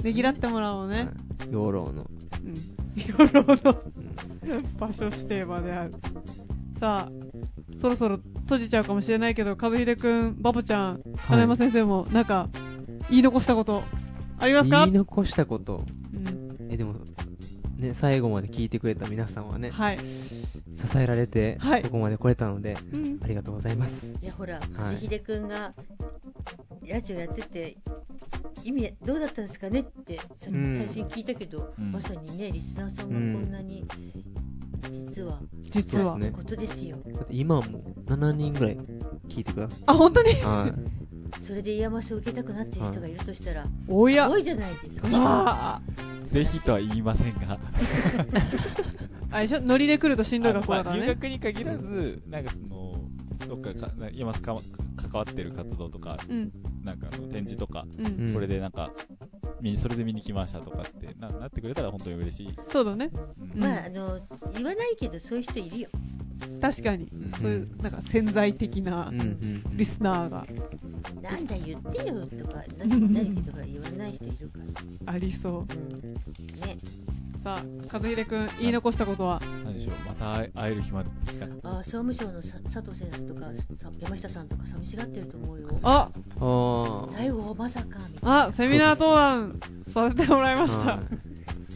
ねぎらってもらおうね、
はい。養老の。
うん 世論の
うん
場所指定まであるさあそろそろ閉じちゃうかもしれないけど和秀くんバボちゃん花山先生もなんか言い残したことありますか、
言い残したこと。
うん
え、でも、ね、最後まで聞いてくれた皆さんはね、
はい、
支えられて
はい、
ここまで来れたので、
うん
ありがとうございます。
いやほら風秀君がラジオやってて意味どうだったんですかねってさ最
うん
初に聞いたけど、
うん
まさにねリスナーさんがこ
うん
んなに実は
実は、
そうですね
ことですよ、
だって今はもう7人ぐらい聞いてくださ
あ本当に
い。はい。
それで癒ましを受けたくなってる人がいるとしたら、
おや
すごいじゃないですか。
まあ
ぜひとは言いませんが。
あれでしょノリで来るとしんどい学校だから
あのまあ留
ね、
学に限らず、なんかその、どっかかな山さんか関わってる活動とか、
うん
なんかあの展示とか、
うん、
うん
これでなんか、見にそれで見に来ましたとかってななってくれたら本当に嬉しい。
そうだね
うん
うん
まあ、あの、言わないけど、そういう人いるよ。
確かに、
うん
そういうなんか潜在的な
うんうんうん
リスナーが
なんだ言ってよとか、ななるけど、ほら言わない人いるから。
ありそ
うん。ね。
うさあ和秀くん言い残したことは
何でしょう、また会え会える日まで。
ああ、総務省のさ佐藤先生とか、さ山下さんとか寂しがってると思うよ。
あ
あ
あ。
最後、まさか、みたいな。
あセミナー登壇させてもらいました、
はい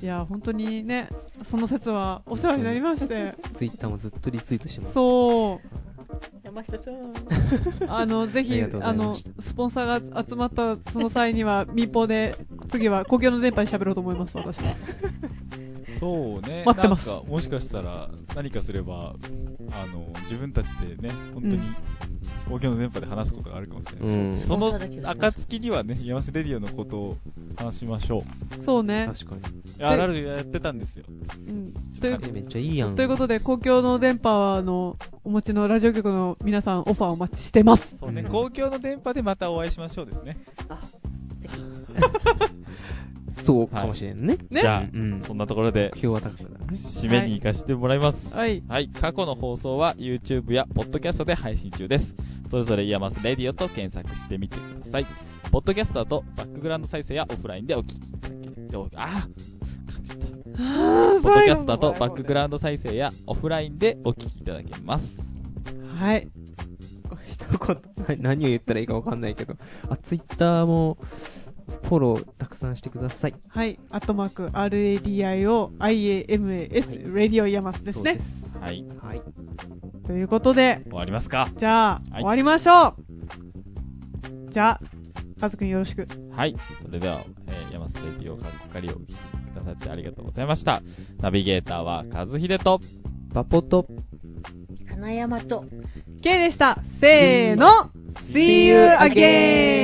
いや本当にねその説はお世話になりまして
ツイッターもずっとリツイートしてます。
そ
山下さん。
う あのぜ
あり
ひ
がとうご
あ
ざいま
の
した
スポンサーが集まったその際には民放で次は公共の電波で喋ろうと思います私は
そうね、
待ってます
なんか、もしかしたら、何かすれば、あの、自分たちでね、本当に、公共の電波で話すことがあるかもしれない。
うん。
その
スポンサーだけど
暁にはね、山瀬レディオのことを話しましょ
そうね、
確か
う。いや、ラジオやってたんですよ。
うん、という
に。めっちゃいいやん。
ということで公共の電波のお持ちのラジオ局の皆さんオファーお待ちしてます
そうね、
うん
公共の電波でまたお会いしましょうですね。
あ、素敵。
そうかもしれんね。
ね
じゃあ、
うん。
そんなところで
目標は高くなるね。
締めに行かせてもらいます。
はい
はい、過去の放送は YouTube や Podcast で配信中です。それぞれイヤマスレディオと検索してみてください。ポッドキャストだとバックグラウンド再生やオフラインでお聞きいただける。おあー感じた。ポッドキャストだとバックグラウンド再生やオフラインでお聞きいただけます。
はい
一言、 何を言ったらいいかわかんないけど。あ、ツイッターも、フォローたくさんしてください。
はい、アットマーク RADIOIAMAS、ラディオイヤマスです
そう
ね。
です。
はい、
はい。
ということで、
終わりますか。
じゃあ、
い
終わりましょうじゃあ、カズくんよろしく。
はい。それでは、えー、山瀬レディオかっこかりをお聞きくださってありがとうございました。ナビゲーターは和秀と、
バポと、
金山と。
K でした。せーの !See you again!